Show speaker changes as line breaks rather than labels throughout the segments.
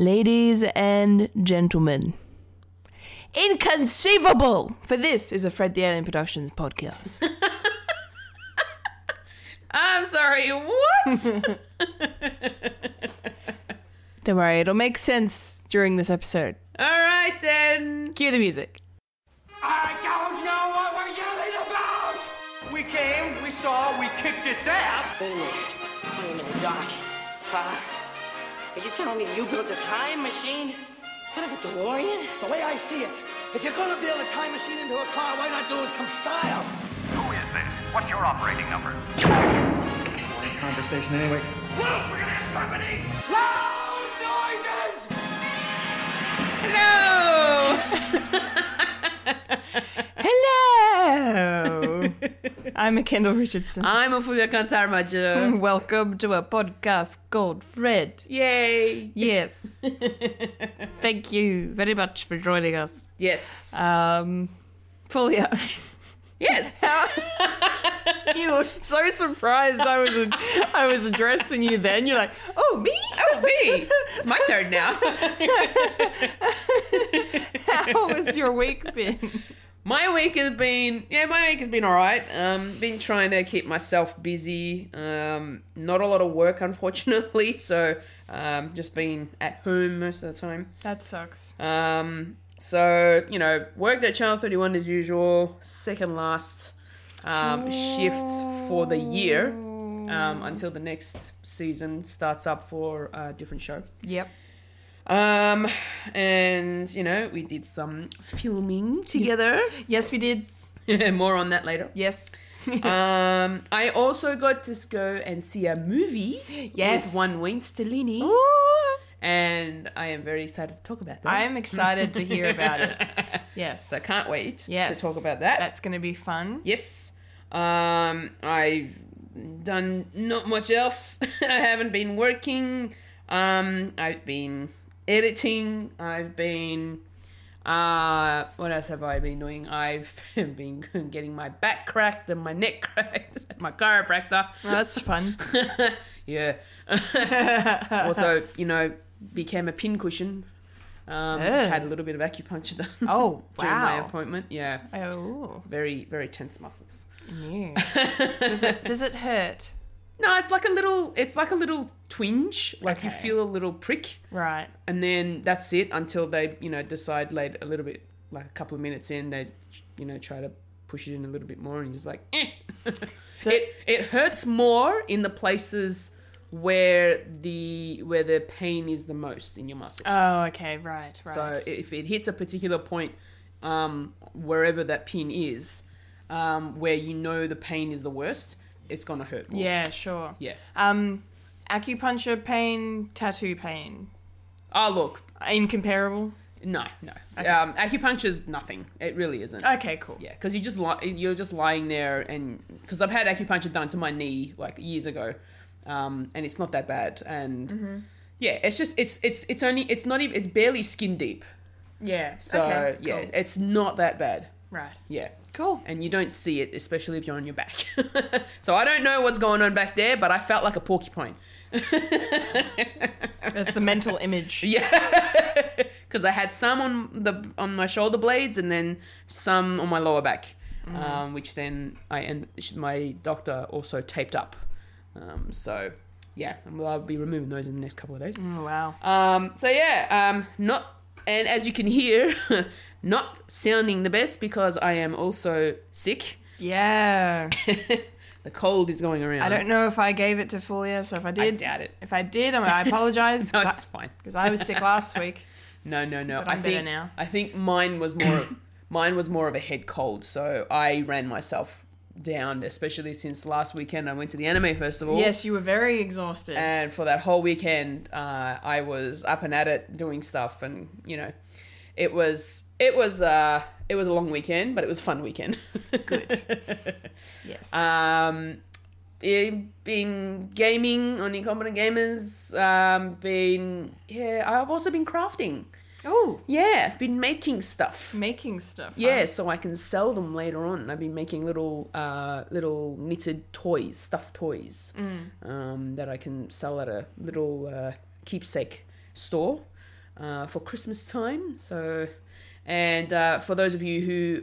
Ladies and gentlemen, inconceivable! For this is a Fred the Alien Productions podcast.
I'm sorry, what?
Don't worry, it'll make sense during this episode.
All right then.
Cue the music.
I don't know what we're yelling about!
We came, we saw, we kicked its ass.
Wait a minute. Wait a minute, Doc. Father, are you telling me you built a time machine? Out of a DeLorean?
The way I see it, if you're gonna build a time machine into a car, why not do it some style?
Who is this? What's your operating number?
Conversation anyway.
Look, we're gonna have company! Loud noises!
No.
Hello! I'm Kendall Richardson.
I'm a Fuya Kantarmaja.
Welcome to a podcast called Fred.
Yay.
Yes. Thank you very much for joining us.
Yes.
Um, Fulia,
yes.
you looked so surprised. I was I was addressing you then. You're like, oh me,
Oh me. It's my turn now.
How has your week been?
my week has been yeah, my week has been alright. Um been trying to keep myself busy. Um not a lot of work unfortunately, so um just been at home most of the time.
That sucks.
Um, so you know, worked at Channel Thirty One as usual, second last um, shift for the year
Oh.
um, until the next season starts up for a different show.
Yep.
Um, and you know, we did some filming together.
Yes, we did.
More on that later.
Yes.
Um, I also got to go and see a movie
Yes.
with one Wayne Stellini, and I am very excited to talk about that.
I am excited to hear about it. Yes.
so can't wait
yes.
to talk about that.
That's going to be fun.
Yes. Um, I've done not much else. I haven't been working. Um, I've been editing. I've been. Uh, what else have I been doing? I've been getting my back cracked and my neck cracked, at my chiropractor.
Well, that's fun.
Yeah. also, you know, became a pincushion. Um,
Yeah.
Had a little bit of acupuncture done.
Oh,
during my
wow.
appointment. Yeah.
Oh,
Very, very tense muscles.
new. Does it, does it hurt?
No, it's like a little. It's like a little twinge. Like you
Okay.
feel a little prick,
Right.
and then that's it until they, you know, decide late a little bit, like a couple of minutes in, they, you know, try to push it in a little bit more, and you're just like, eh. it it hurts more in the places where the where the pain is the most in your muscles.
Oh, okay. Right. Right.
So if it hits a particular point, um, wherever that pin is, um, where you know the pain is the worst, it's gonna hurt. More.
yeah, sure.
Yeah.
Um, acupuncture pain, tattoo pain,
Oh look,
incomparable.
No, no. Um, acupuncture's nothing. It really isn't.
Okay, cool.
Yeah, because you just li- you're just lying there, and because I've had acupuncture done to my knee like years ago, um, and it's not that bad. And
Mm-hmm.
yeah, it's just it's it's it's only it's not even it's barely skin deep.
Yeah.
So
okay,
yeah,
cool.
it's not that bad.
Right.
Yeah.
Cool.
And you don't see it, especially if you're on your back. so I don't know what's going on back there, but I felt like a porcupine.
That's the mental image.
because I had some on the on my shoulder blades and then some on my lower back,
Mm-hmm.
um, which then I and sh- my doctor also taped up. Um, so yeah, and well, I'll be removing those in the next couple of days.
Oh, wow.
Um, so yeah, um, not and as you can hear, not sounding the best because I am also sick.
Yeah.
The cold is going around.
I don't know if I gave it to Fulia, so if I did,
doubt it.
If I did, I'm- I apologize.
No, it's fine.
Because I was sick last week.
No, no, no.
But I'm
I
better
think
now.
I think mine was more mine was more of a head cold, so I ran myself down, especially since last weekend I went to the anime festival.
Yes, you were very exhausted.
And for that whole weekend, uh, I was up and at it doing stuff, and you know, it was it was uh, it was a long weekend, but it was a fun weekend.
Good. yes.
Um, it, been gaming on incompetent gamers. Um, been yeah, I've also been crafting.
oh,
Yeah, I've been making stuff.
making stuff. huh?
Yeah, so I can sell them later on. I've been making little uh, little knitted toys, stuffed toys, um, that I can sell at a little uh, keepsake store. uh, for Christmas time. So, and uh, for those of you who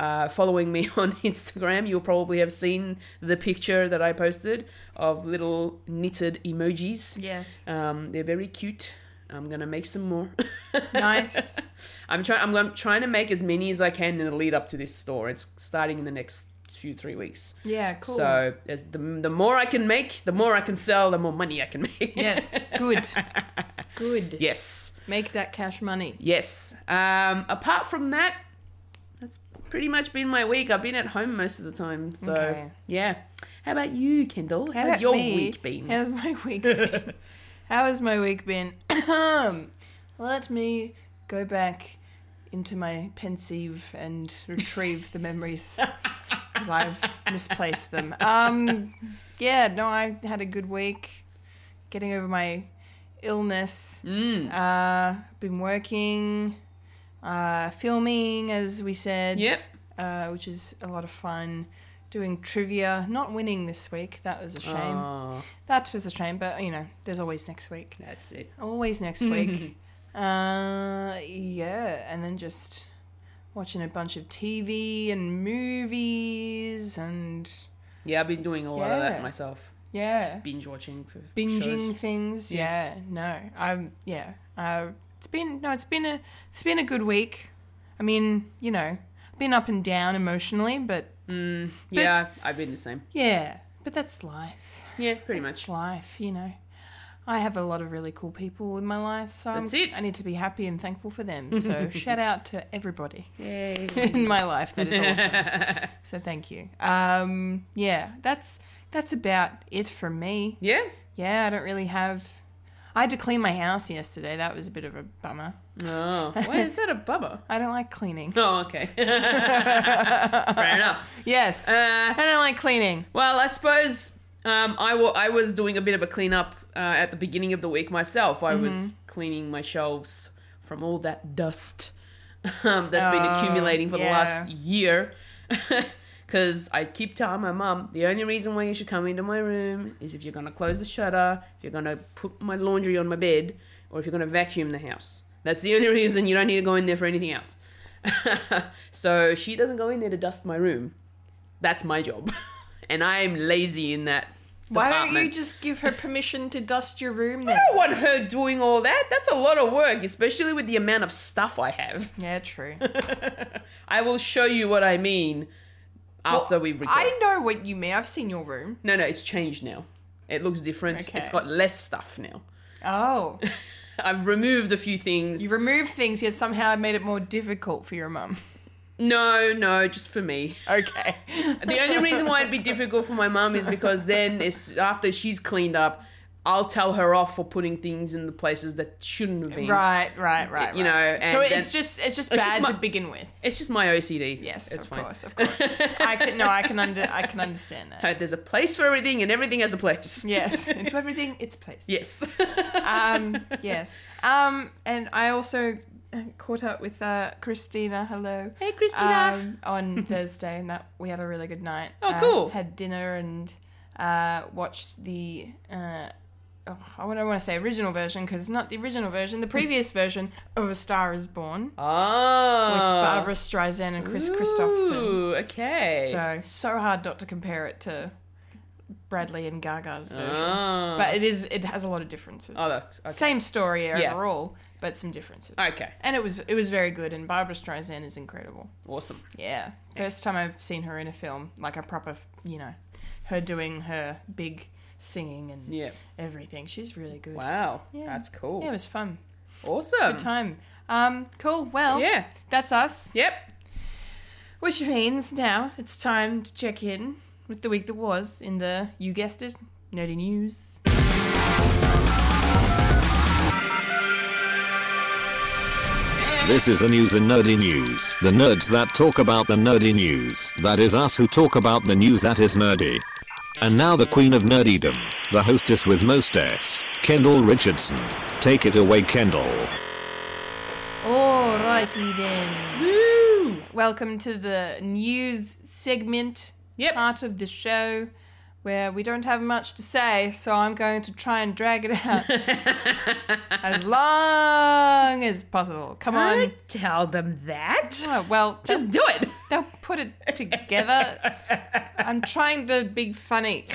uh, following me on Instagram, you'll probably have seen the picture that I posted of little knitted emojis.
Yes.
Um, they're very cute. I'm gonna make some more.
Nice.
I'm trying. I'm, I'm trying to make as many as I can in the lead up to this store. It's starting in the next two three weeks.
Yeah, cool.
So as the the more I can make, the more I can sell, the more money I can make.
yes, good. Good.
yes.
Make that cash money.
Yes. Um, apart from that, that's pretty much been my week. I've been at home most of the time. So
Okay.
yeah. How about you, Kendall? How's
about
your
me?
week been?
How's my week been? How has my week been? Let me go back into my pensive and retrieve the memories because I've misplaced them. Um, yeah, no, I had a good week getting over my illness. Uh, been working, uh, filming, as we said.
Yep.
Uh, which is a lot of fun. Doing trivia, not winning this week. That was a shame.
Oh,
That was a shame, but you know, there's always next week.
that's it.
Always next week. uh, yeah, and then just watching a bunch of TV and movies and
Yeah, I've been doing a lot of that
Yeah.
myself.
yeah,
Just binge watching. For
binging
shows.
things. Yeah. no, I'm yeah. Uh, it's been no, it's been a it's been a good week. I mean, you know, been up and down emotionally, but
Yeah, I've been the same.
yeah, but that's life.
Yeah, pretty much.
it's life, you know. I have a lot of really cool people in my life, so I'm-
That's it.
I need to be happy and thankful for them. So shout out to everybody
Yay.
in my life that is awesome. so thank you. Um, yeah, that's that's about it from me.
Yeah.
Yeah, I don't really have. I had to clean my house yesterday. That was a bit of a bummer.
Oh, why is that a bubba?
I don't like cleaning.
Oh, okay. Fair enough.
Yes,
Uh,
I don't like cleaning.
Well, I suppose um, I wa- I was doing a bit of a cleanup uh, at the beginning of the week myself. I was
Mm-hmm.
cleaning my shelves from all that dust um, that's been
Oh,
accumulating for the
yeah.
last year. Because I keep telling my mum, the only reason why you should come into my room is if you're going to close the shutter, if you're going to put my laundry on my bed, or if you're going to vacuum the house. That's the only reason you don't need to go in there for anything else. so she doesn't go in there to dust my room. That's my job. And I'm lazy in that.
Why don't you
department.
just give her permission to dust your room then?
I don't want her doing all that. That's a lot of work, especially with the amount of stuff I have.
Yeah, true.
I will show you what I mean after we record.
I know what you mean. I've seen your room.
No, no, it's changed now. It looks different.
Okay.
It's got less stuff now.
Oh.
I've removed a few things.
You removed things, yet somehow made it more difficult for your mum.
no, no, just for me.
Okay.
The only reason why it'd be difficult for my mum is because then it's after she's cleaned up, I'll tell her off for putting things in the places that shouldn't have been.
right, right, right.
You
right.
know,
so
and then-
it's just it's just
It's
bad
just my-
to begin with.
It's just my OCD.
Yes,
it's
of course, of course. I can no, I can under I can understand that.
Uh, There's a place for everything, and everything has a place.
Yes, into everything, it's place.
Yes.
Um, yes. Um, and I also caught up with uh, Christina. Hello.
Hey, Christina.
um, on Thursday, and that we had a really good night.
Oh,
Uh,
cool.
had dinner and uh, watched the. Uh, oh, I don't want to say original version because it's not the original version. The previous version of A Star Is Born
oh.
with Barbara Streisand and Chris Christopherson.
Ooh, Ah. okay.
So so hard not to compare it to Bradley and Gaga's version,
Oh.
but it is it has a lot of differences.
Oh, that's okay.
Same story
Yeah.
overall, but some differences.
Okay.
and it was it was very good, and Barbara Streisand is incredible.
awesome.
Yeah. First time I've seen her in a film, like a proper, you know, her doing her big singing and
Yeah.
everything. She's really good.
Wow.
Yeah.
That's cool.
Yeah, it was fun.
awesome.
Good time. Um, cool. Well,
Yeah.
that's us.
Yep.
Which means now it's time to check in with the week that was in the, you guessed it, nerdy news.
This is the news in nerdy news. The nerds that talk about the nerdy news. That is us who talk about the news that is nerdy. And now the queen of nerdydom, the hostess with most S, Kendall Richardson. Take it away, Kendall.
Alrighty then.
Woo.
Welcome to the news segment
Yep.
part of the show where we don't have much to say, so I'm going to try and drag it out as long as possible. Come on.
Don't tell them that.
Oh, well,
Just do it.
they'll put it together. I'm trying to be funny.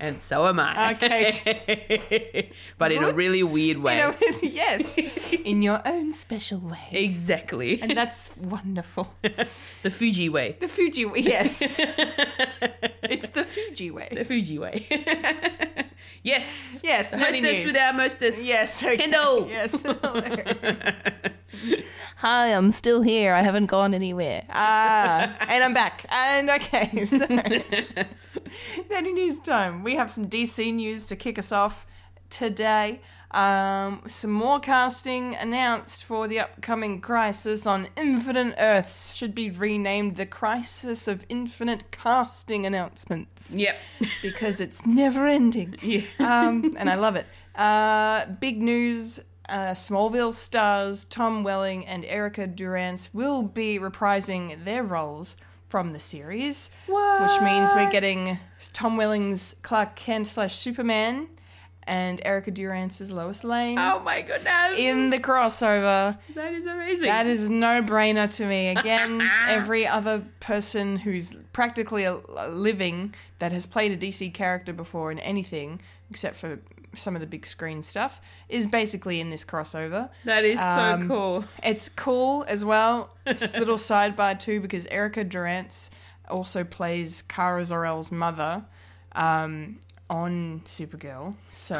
And so am I. Okay. but in a
What?
really weird way.
You know, yes, in your own special way.
exactly.
And that's wonderful.
the Fuji way.
The Fuji way, yes. it's the Fuji way.
The Fuji way. yes.
Yes,
The
nerdy
hostess
news.
without mostess.
Yes, okay.
Kendall.
Yes. Hi, I'm still here. I haven't gone anywhere. Ah, and I'm back. And okay, so Nanny News time. We have some DC news to kick us off today. Um, some more casting announced for the upcoming Crisis on Infinite Earths should be renamed the Crisis of Infinite Casting Announcements
Yep.
because it's never ending. Um, and I love it. Uh, big news uh, Smallville stars Tom Welling and Erica Durance will be reprising their roles from the series, which means we're getting Tom Welling's Clark Kent slash Superman and Erica Durance's Lois Lane.
Oh my goodness.
In the crossover,
that is amazing.
that is no brainer to me. Again, every other person who's practically a, a living that has played a DC character before in anything, except for some of the big screen stuff, is basically in this crossover.
that is
Um,
so cool.
It's cool as well. It's a little sidebar too because Erica Durance also plays Kara Zor-El's mother um, on Supergirl. So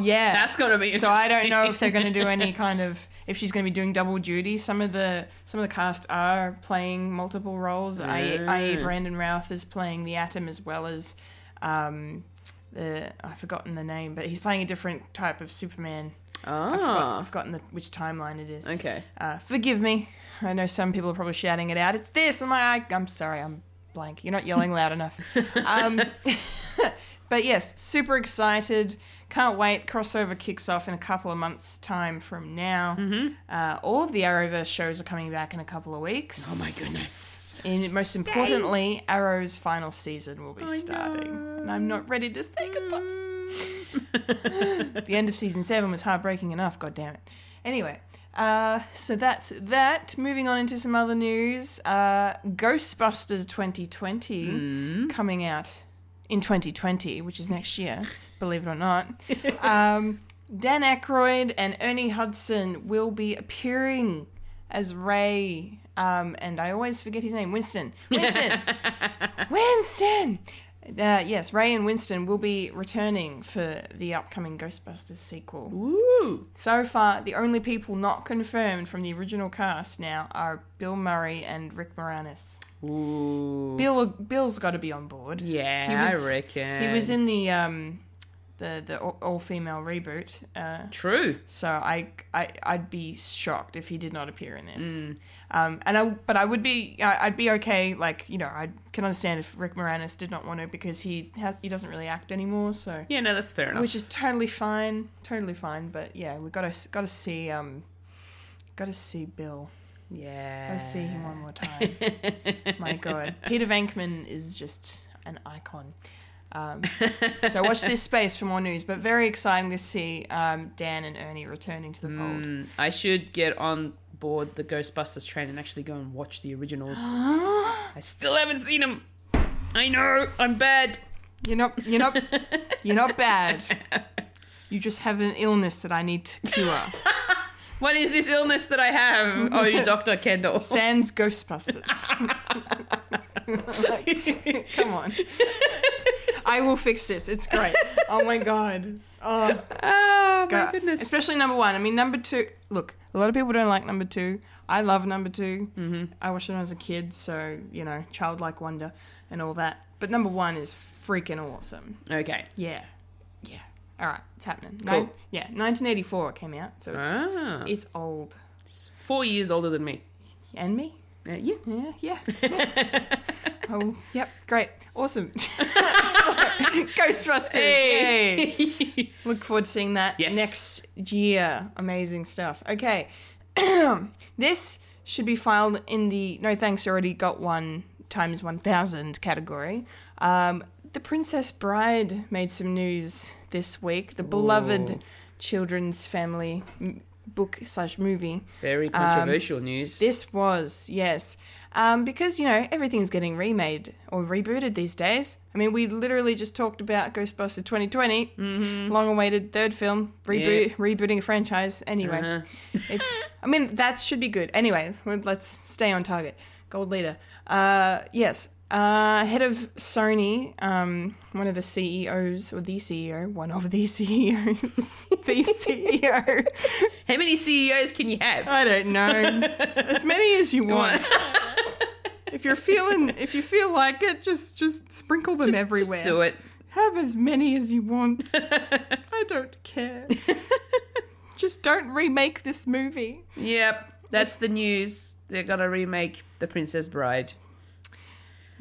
yeah,
That's gonna be
So I don't know if they're going to do any kind of if she's going to be doing double duty. Some of the some of the cast are playing multiple roles. I.e. I.e. E Brandon Routh is playing the Atom as well as. Um, the, I've forgotten the name, but he's playing a different type of Superman. I've, forgot, I've forgotten the, which timeline it is.
Ah. Okay.
Uh, forgive me. I know some people are probably shouting it out. It's this. I'm like, I'm sorry. I'm blank. You're not yelling loud enough. Um, but yes, super excited. Can't wait. Crossover kicks off in a couple of months' time from now. Uh, all of the Arrowverse shows are coming back in a couple of weeks. Oh my goodness. And most importantly, Arrow's final season will be starting. And I'm not ready to say goodbye. the end of season seven was heartbreaking enough, god damn it. Anyway, uh, so that's that. Moving on into some other news. Uh, Ghostbusters 2020 coming out in 2020, which is next year, believe it or not. Um, Dan Aykroyd and Ernie Hudson will be appearing as Ray. Um, and I always forget his name. Winston. Winston. Winston. Uh, yes, Ray and Winston will be returning for the upcoming Ghostbusters sequel.
Ooh.
So far, the only people not confirmed from the original cast now are Bill Murray and Rick Moranis.
Ooh.
Bill, Bill's got to be on board.
Yeah,
He was-
I reckon.
He was in the um, the the all female reboot. Uh,
True.
so I, I I'd be shocked if he did not appear in this. Um, and I but I would be I- I'd be okay like you know I can understand if Rick Moranis did not want to because he has, he doesn't really act anymore so
Yeah, no, that's fair enough.
which is totally fine totally fine but yeah we gotta gotta see um gotta see Bill
yeah.
gotta see him one more time my god Peter Venkman is just an icon. Um, so watch this space for more news, but very exciting to see um, Dan and Ernie returning to the fold.
I should get on board the Ghostbusters train and actually go and watch the originals. I still haven't seen them. I know. I'm bad.
You're not. You're not. you're not bad. You just have an illness that I need to cure.
What is this illness that I have? Oh, you Dr. Kendall.
Sans Ghostbusters. Like, come on. I will fix this. It's great. Oh my god. Oh
Oh, my
God.
goodness.
Especially number one. I mean, number two. Look, a lot of people don't like number two. I love number 2 Mm-hmm. I watched it when I was a kid, so you know, childlike wonder and all that. But number one is freaking awesome.
Okay.
Yeah. Yeah. All right. It's happening.
Cool.
Nin- yeah. 1984 it came out. So it's,
Ah.
it's old.
Four years older than me.
And me?
Uh, yeah.
Yeah. Yeah. yeah. oh, yep. Great. Awesome. So, Ghostbusters. Hey. Look forward to seeing that
Yes.
next year. Amazing stuff. Okay. this should be filed in the no thanks already got one times 1000 category. Um, The Princess Bride made some news this week. The beloved children's family m- book slash movie.
Very controversial news.
This was, yes. Um, because, you know, everything's getting remade or rebooted these days. I mean, we literally just talked about Ghostbusters 2020, long awaited third film, reboot, rebooting a franchise. Anyway, it's, I mean, that should be good. Anyway, let's stay on target. Gold leader. Uh, yes. Uh, head of Sony, um, one of the CEOs, or the CEO, one of the CEOs, the E CEO.
How many CEOs can you have?
I don't know. as many as you want. if you're feeling, if you feel like it, just just sprinkle them everywhere.
Just do it.
Have as many as you want. I don't care. just don't remake this movie.
Yep. That's the news. They're gonna remake The Princess Bride.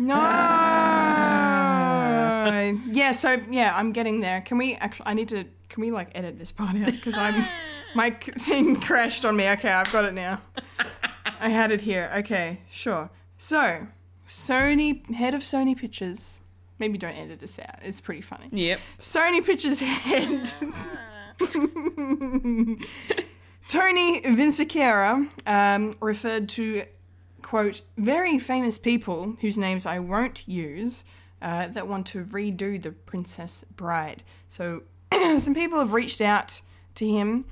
No. yeah. So yeah, I'm getting there. Can we actually? I need to. Can we like edit this part out because I'm my c- thing crashed on me. Okay, I've got it now. I had it here. Okay, sure. So, Sony head of Sony Pictures. Maybe don't edit this out. It's pretty funny.
Yep.
Sony Pictures head. Tony Vincicara um, referred to, quote, very famous people whose names I won't use uh, that want to redo The Princess Bride. So some people have reached out to him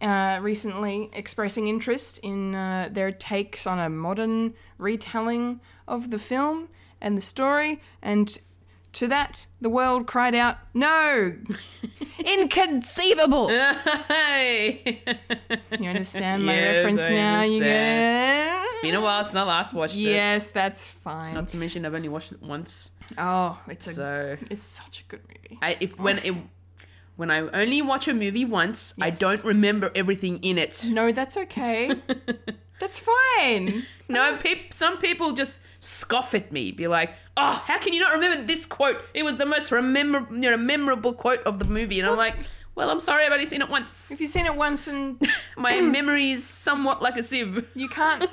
uh, recently expressing interest in uh, their takes on a modern retelling of the film and the story. And to that, the world cried out, No! Inconceivable!
Hey.
You understand my
Yes,
reference
I
now? You get
Been a while since I last watched it.
Yes, that's fine.
Not to mention I've only watched it once.
oh, it's a,
So
it's such a good movie.
I, if when it, when I only watch a movie once, I
Yes.
don't remember everything in it.
No, that's okay. that's fine.
No, peop, some people just scoff at me, be like, "Oh, how can you not remember this quote? It was the most remember, you know, memorable quote of the movie." And I'm like, "Well, I'm sorry, I've only seen it once.
If you've seen it once, then
My memory is somewhat like a sieve."
you can't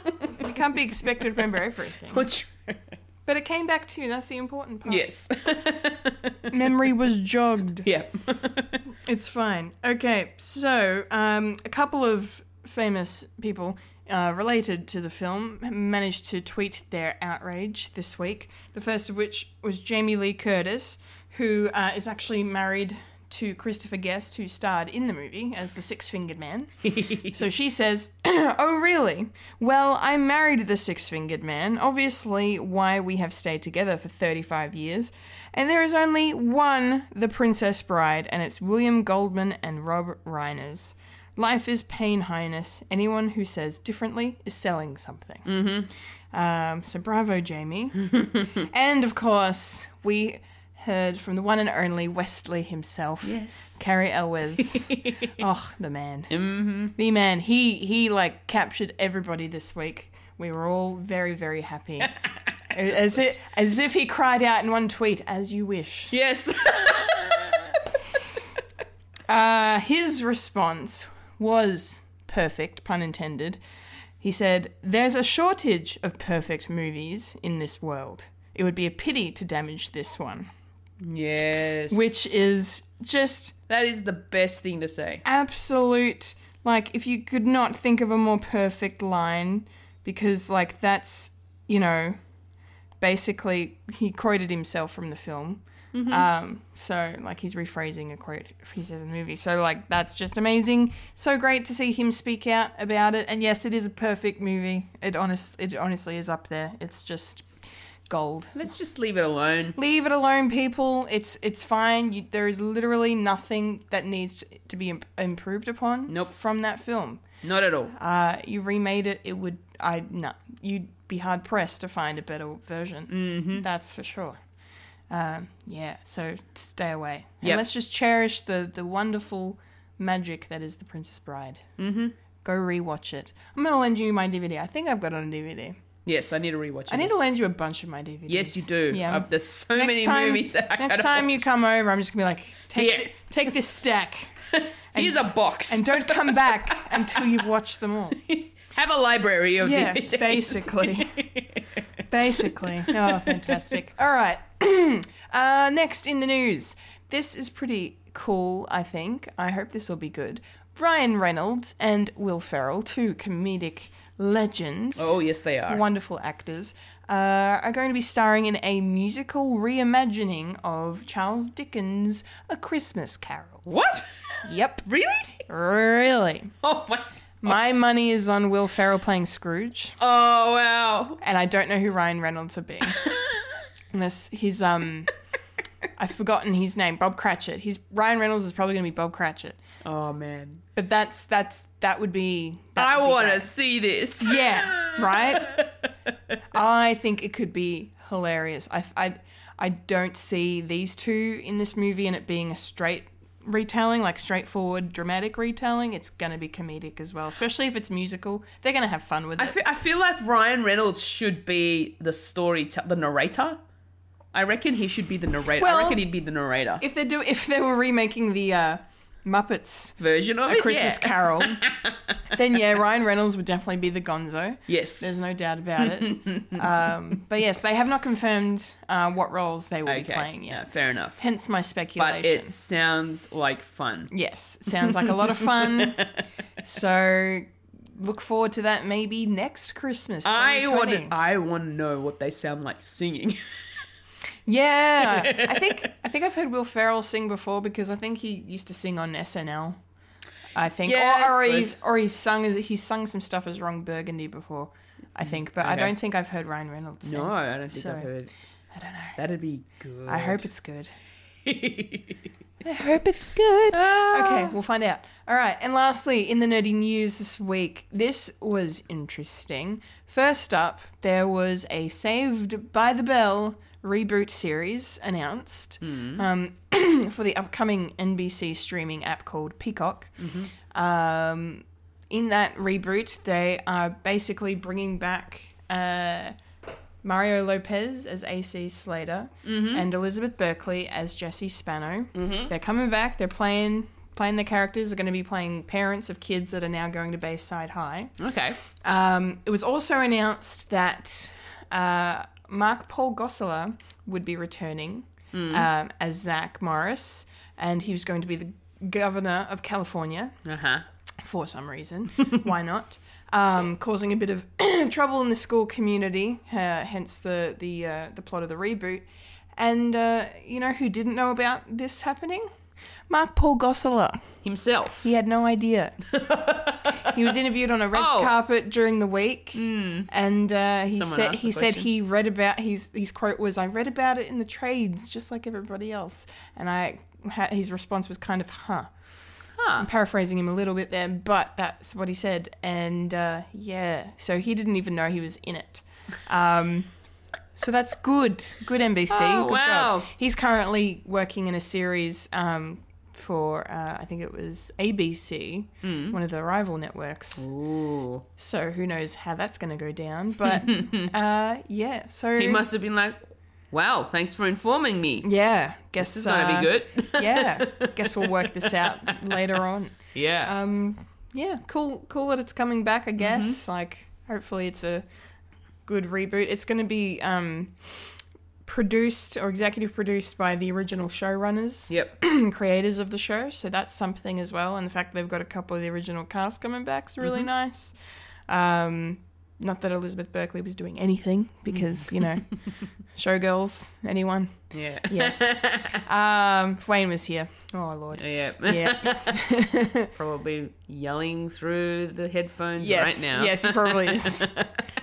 you can't be expected to remember everything.
Which,
But it came back to you. That's the important part.
yes,
memory was jogged.
yep.
It's fine. Okay, so um, a couple of famous people uh, related to the film managed to tweet their outrage this week. The first of which was Jamie Lee Curtis, who uh, is actually married to Christopher Guest, who starred in the movie as the Six Fingered Man. So she says, Oh, really? Well, I married the six fingered man, obviously, why we have stayed together for 35 years. And there is only one The Princess Bride, and it's William Goldman and Rob Reiners. Life is pain, Highness. Anyone who says differently is selling something. Mm-hmm. Um, so bravo, Jamie. and of course, we heard from the one and only Wesley himself. Yes. Carrie Elwes. oh, the man the man he he like captured everybody this week we were all very very happy as it as if he cried out in one tweet as you wish
Yes.
uh, his response was perfect pun intended he said there's a shortage of perfect movies in this world it would be a pity to damage this one
Yes.
which is just
that is the best thing to say.
absolute like if you could not think of a more perfect line because like that's you know basically he quoted himself from the film um so like he's rephrasing a quote he says in the movie so like that's just amazing so great to see him speak out about it and yes it is a perfect movie it honest it honestly is up there it's just gold
Let's just leave it alone.
leave it alone people it's it's fine you, there is literally nothing that needs to be Im- improved upon
Nope.
from that film
Not at all.
uh, you remade it it would i no you'd be hard pressed to find a better version mm-hmm. that's for sure um, yeah so stay away and
Yep.
let's just cherish the the wonderful magic that is the princess bride mm-hmm. go rewatch it i'm gonna lend you my dvd i think i've got it on dvd
yes, I need to rewatch it.
i need to lend you a bunch of my dvds
Yes, you do.
yeah
I've- there's so
Next
many
time-
movies that I
next
gotta
time
watch.
you come over, I'm just gonna be like, take
Here.
thi- take this stack
Here's a box.
and don't come back until you've watched them all.
Have a library of
Yeah,
DVDs.
basically, basically. Oh, fantastic! All right. Uh, next in the news. This is pretty cool, I think. I hope this will be good. Ryan Reynolds and Will Ferrell, two comedic legends.
Oh, yes, they are.
Wonderful actors. Uh, are going to be starring in a musical reimagining of Charles Dickens' A Christmas Carol.
What?
Yep.
Really?
Really?
Oh my.
My money is on Will Ferrell playing Scrooge,
Oh wow.
and I don't know who Ryan Reynolds will be. Unless he's um, I've forgotten his name. Bob Cratchit. He's Ryan Reynolds is probably going to be Bob Cratchit,
Oh man.
but that's that's that would be. That
I
would be
want to
great.
see this.
Yeah. Right. I think it could be hilarious. I I I don't see these two in this movie and it being a straight retelling, like straightforward dramatic retelling. It's going to be comedic as well, especially if it's musical. They're going to have fun with it.
I feel, I feel like Ryan Reynolds should be the story, te- the narrator. I reckon he should be the narrator.
Well,
I reckon he'd be the narrator
if they do if they were remaking the uh, Muppets
version of
A
it,
Christmas
yeah.
Carol, then yeah, Ryan Reynolds would definitely be the Gonzo.
Yes.
There's no doubt about it. um, but yes, they have not confirmed uh, what roles they will be
okay.
playing yet.
yeah, fair enough.
Hence my speculation.
But it sounds like fun.
yes, it sounds like a lot of fun. so look forward to that maybe next Christmas.
I want
2020.
to. I want to know what they sound like singing.
Yeah, I think I think I've heard Will Ferrell sing before because I think he used to sing on SNL. I think,
Yeah,
or, or
I
he's
suppose.
or he's sung as he's sung some stuff as Wrong Burgundy before. I think, but I
Okay.
don't think I've heard Ryan Reynolds. Sing.
no, I don't think
So-
I've heard.
I don't know.
That'd be good.
I hope it's good. I hope it's good. okay, we'll find out. All right, and lastly, in the nerdy news this week, this was interesting. First up, there was a Saved by the Bell reboot series announced um, for the upcoming NBC streaming app called Peacock. Um, in that reboot, they are basically bringing back. Uh, Mario Lopez as AC Slater and Elizabeth Berkley as Jesse Spano. They're coming back. They're playing playing the characters. They're going to be playing parents of kids that are now going to Bayside High.
Okay.
Um, it was also announced that uh, Mark Paul Gosselaar would be returning um, as Zach Morris, and he was going to be the governor of California
Uh huh.
for some reason. Why not? Um, causing a bit of trouble in the school community, uh, hence the the uh, the plot of the reboot. And uh, you know who didn't know about this happening? Mark Paul Gosselaar.
Himself.
He had no idea. he was interviewed on a red
Oh. Hmm.
carpet during the week, and uh, he
Someone
said
asked the
he said
question.
he read about his his quote was I read about it in the trades just like everybody else, and I ha- his response was kind of huh. I'm paraphrasing him a little bit there, but that's what he said, and uh, yeah, so he didn't even know he was in it. Um, so that's good, good NBC.
Oh,
good
wow.
job. He's currently working in a series um, for uh, I think it was ABC,
Hmm.
one of the rival networks.
Ooh.
So who knows how that's going to go down? But uh, yeah, so
He must have been like, "Wow, thanks for informing me.
yeah, guess
This is gonna
uh,
be good."
yeah, guess we'll work this out later on.
yeah.
Um, yeah, cool, cool that it's coming back.
Mm-hmm.
I guess like hopefully it's a good reboot. It's going to be um, produced or executive produced by the original showrunners.
yep.
creators of the show, so that's something as well. And the fact they've got a couple of the original cast coming back's
Mm-hmm.
really nice. Um, not that Elizabeth Berkley was doing anything because you know, showgirls, anyone.
Yeah.
Yes. um, if Wayne was here. Oh lord.
Yeah.
Yeah.
Probably yelling through the headphones
Yes.
right now.
Yes, he probably is.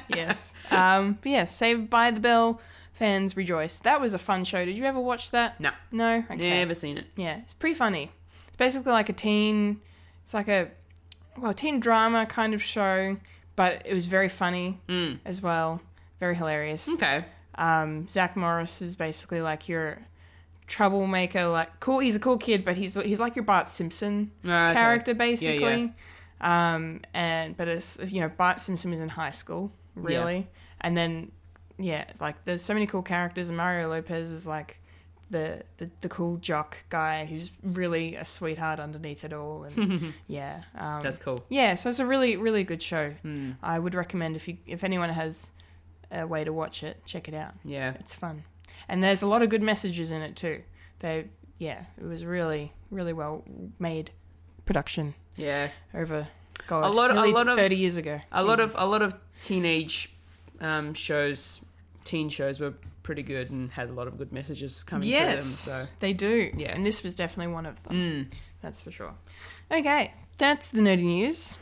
yes. Um, but yeah. Saved by the Bell. Fans rejoice. That was a fun show. Did you ever watch that?
No.
No. Okay.
Never seen it.
Yeah, it's pretty funny. It's basically like a teen, it's like a well teen drama kind of show, but it was very funny as well, very hilarious.
Mm. Okay.
Um, Zach Morris is basically like your troublemaker, like cool. He's a cool kid, but he's he's like your Bart Simpson
Ah, okay.
character
Yeah, yeah.
basically. Um, and but it's you know Bart Simpson was in high school really, and then yeah, like there's so many cool characters. And Mario Lopez is like the the, the cool jock guy who's really a sweetheart underneath it all. And yeah, um,
That's cool.
yeah, so it's a really really good show.
Hmm.
I would recommend if you if anyone has a way to watch it, check it out.
Yeah.
It's fun. and there's a lot of good messages in it too. They, yeah, it was really, really well made production
Yeah.
over God,
A lot of- a
nearly
lot of-
thirty years ago.
A lot of
Jesus.
a lot of teenage um, shows, teen shows were pretty good and had a lot of good messages coming
yes,
through them. So
they do.
Yeah. Mm.
and this was definitely one of them. That's for sure. Okay, that's the nerdy news.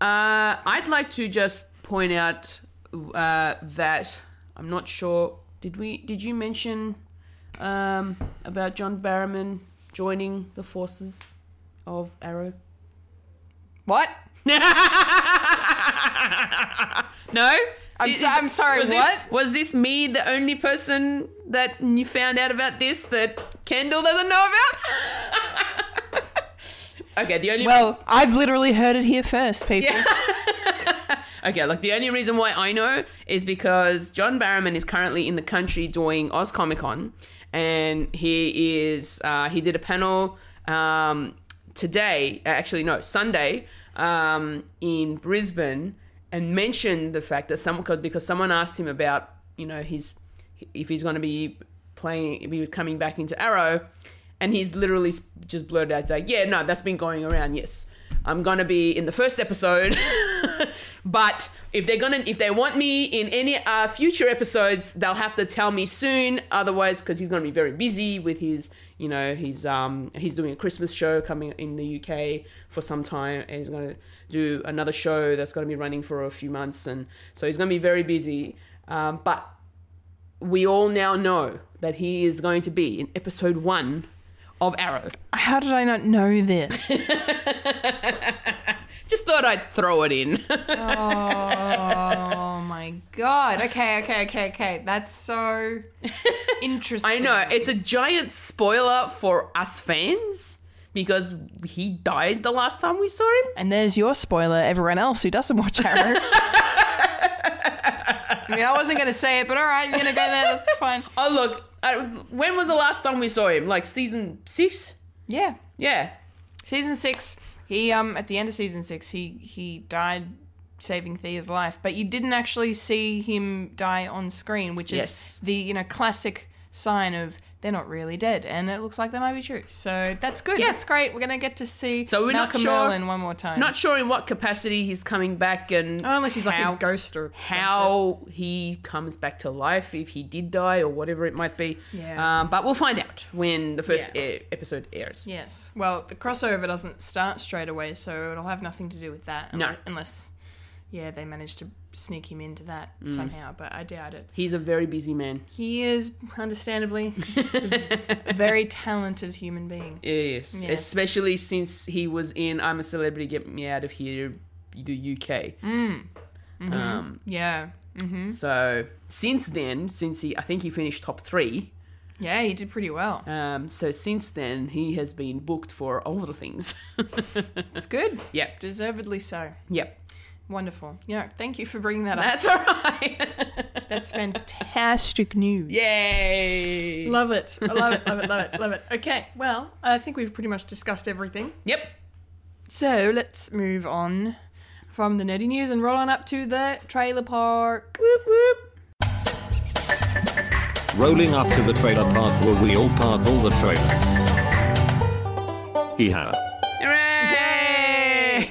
Uh, I'd like to just point out uh, that I'm not sure. Did we? Did you mention um, about John Barrowman joining the forces of Arrow?
What?
No.
I'm
Is-
so- I'm sorry,
Was
what?
This, was this me the only person that you found out about this that Kendall doesn't know about? okay, the only
Well, I've literally heard it here first, people.
Okay, look, the only reason why I know is because John Barrowman is currently in the country doing Oz Comic Con, and he is uh, he did a panel um, today, uh, actually no Sunday um, in Brisbane, and mentioned the fact that someone because someone asked him about you know his if he's going to be playing if he was coming back into Arrow, and he's literally s- just blurted out like, "Yeah, no, that's been going around. Yes, I'm gonna be in the first episode, but if they're gonna if they want me in any uh, future episodes, they'll have to tell me soon. Otherwise, because he's gonna be very busy with his." You know, he's um he's doing a Christmas show coming in the UK for some time, and he's gonna do another show that's gonna be running for a few months, and so he's gonna be very busy. Um, but we all now know that he is going to be in episode one of Arrow.
How did I not know this?
Just thought I'd throw it in.
Oh my god. Okay, okay, okay, okay. That's so interesting.
I know, it's a giant spoiler for us fans because he died the last time we saw him.
And there's your spoiler, everyone else who doesn't watch Arrow. I mean, I wasn't going to say it, but all right, I'm going to go there. That's fine.
Oh, look, I, when was the last time we saw him? Like season six?
Yeah.
Yeah.
Season 6, he um at the end of season 6, he he died saving Thea's life, but you didn't actually see him die on screen, which is
Yes.
the, you know, classic sign of they're not really dead, and it looks like that might be true. So that's good.
Yeah.
That's great. We're gonna get to see
So we're not
Malcolm
sure-
Merlin one more time.
Not sure in what capacity he's coming back and
Oh, unless he's like
how-
a ghost or
how he comes back to life if he did die or whatever it might be.
Yeah.
Um, but we'll find out when the first
Yeah.
air, episode airs.
Yes. Well, the crossover doesn't start straight away, so it'll have nothing to do with that.
No.
unle- Unless, yeah, they manage to sneak him into that
Mm.
somehow, but I doubt it.
He's a very busy man.
He is, understandably, just a, a very talented human being.
Yes.
Yes.
Especially since he was in I'm a Celebrity, Get Me Out of Here, the UK.
Yeah. Mm.
So since then, since he, I think he finished top three.
Yeah, he did pretty well.
Um, so since then, he has been booked for all the things.
That's good.
yeah.
Deservedly so.
Yep.
Wonderful. Yeah, thank you for bringing that up.
That's all right.
That's fantastic news.
Yay.
Love it. I love it. Love it. Love it. Love it. Okay. Well, I think we've pretty much discussed everything.
Yep.
So let's move on from the nerdy news and roll on up to the trailer park. Whoop whoop.
Rolling up to the trailer park where we all park all the trailers. Hee ha.
Hooray.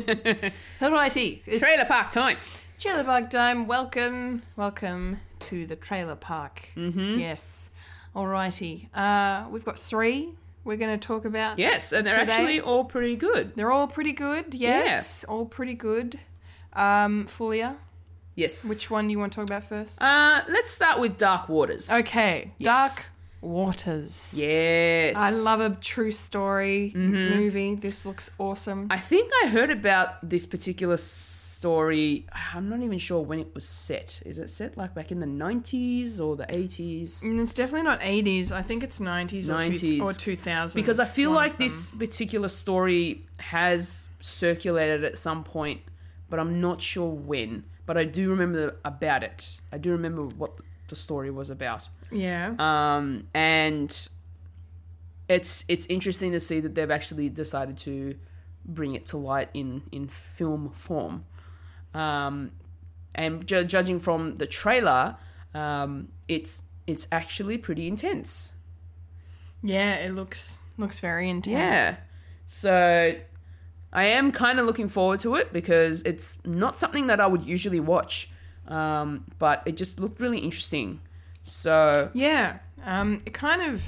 Alrighty, it's
Trailer park time.
trailer park time. Welcome, welcome to the trailer park. Mm-hmm. Yes. Alrighty. Uh, we've got three we're going to talk about.
Yes, and they're
Today-
actually all pretty good.
They're all pretty good. Yes. All pretty good. Um, Fulia,
Yes.
which one do you want to talk about first?
Uh, let's start with Dark Waters.
Okay.
Yes.
Dark Waters.
Yes.
I love a true story movie. This looks awesome.
Mm-hmm. I think I heard about this particular story. I'm not even sure when it was set. Is it set like back in the 90s or the 80s?
And it's definitely not 80s. I think it's 90s, Or,
90s.
Mm, two, or 2000s.
Because I feel
One
like
of them.
this particular story has circulated at some point, but I'm not sure when. But I do remember about it. I do remember what the story was about.
Yeah.
um, and it's it's interesting to see that they've actually decided to bring it to light in in film form. Um, and ju- judging from the trailer, Um, it's it's actually pretty intense.
Yeah, it looks looks very intense.
Yeah. So I am kind of looking forward to it because it's not something that I would usually watch, um, but it just looked really interesting. So
Yeah. Um, it kind of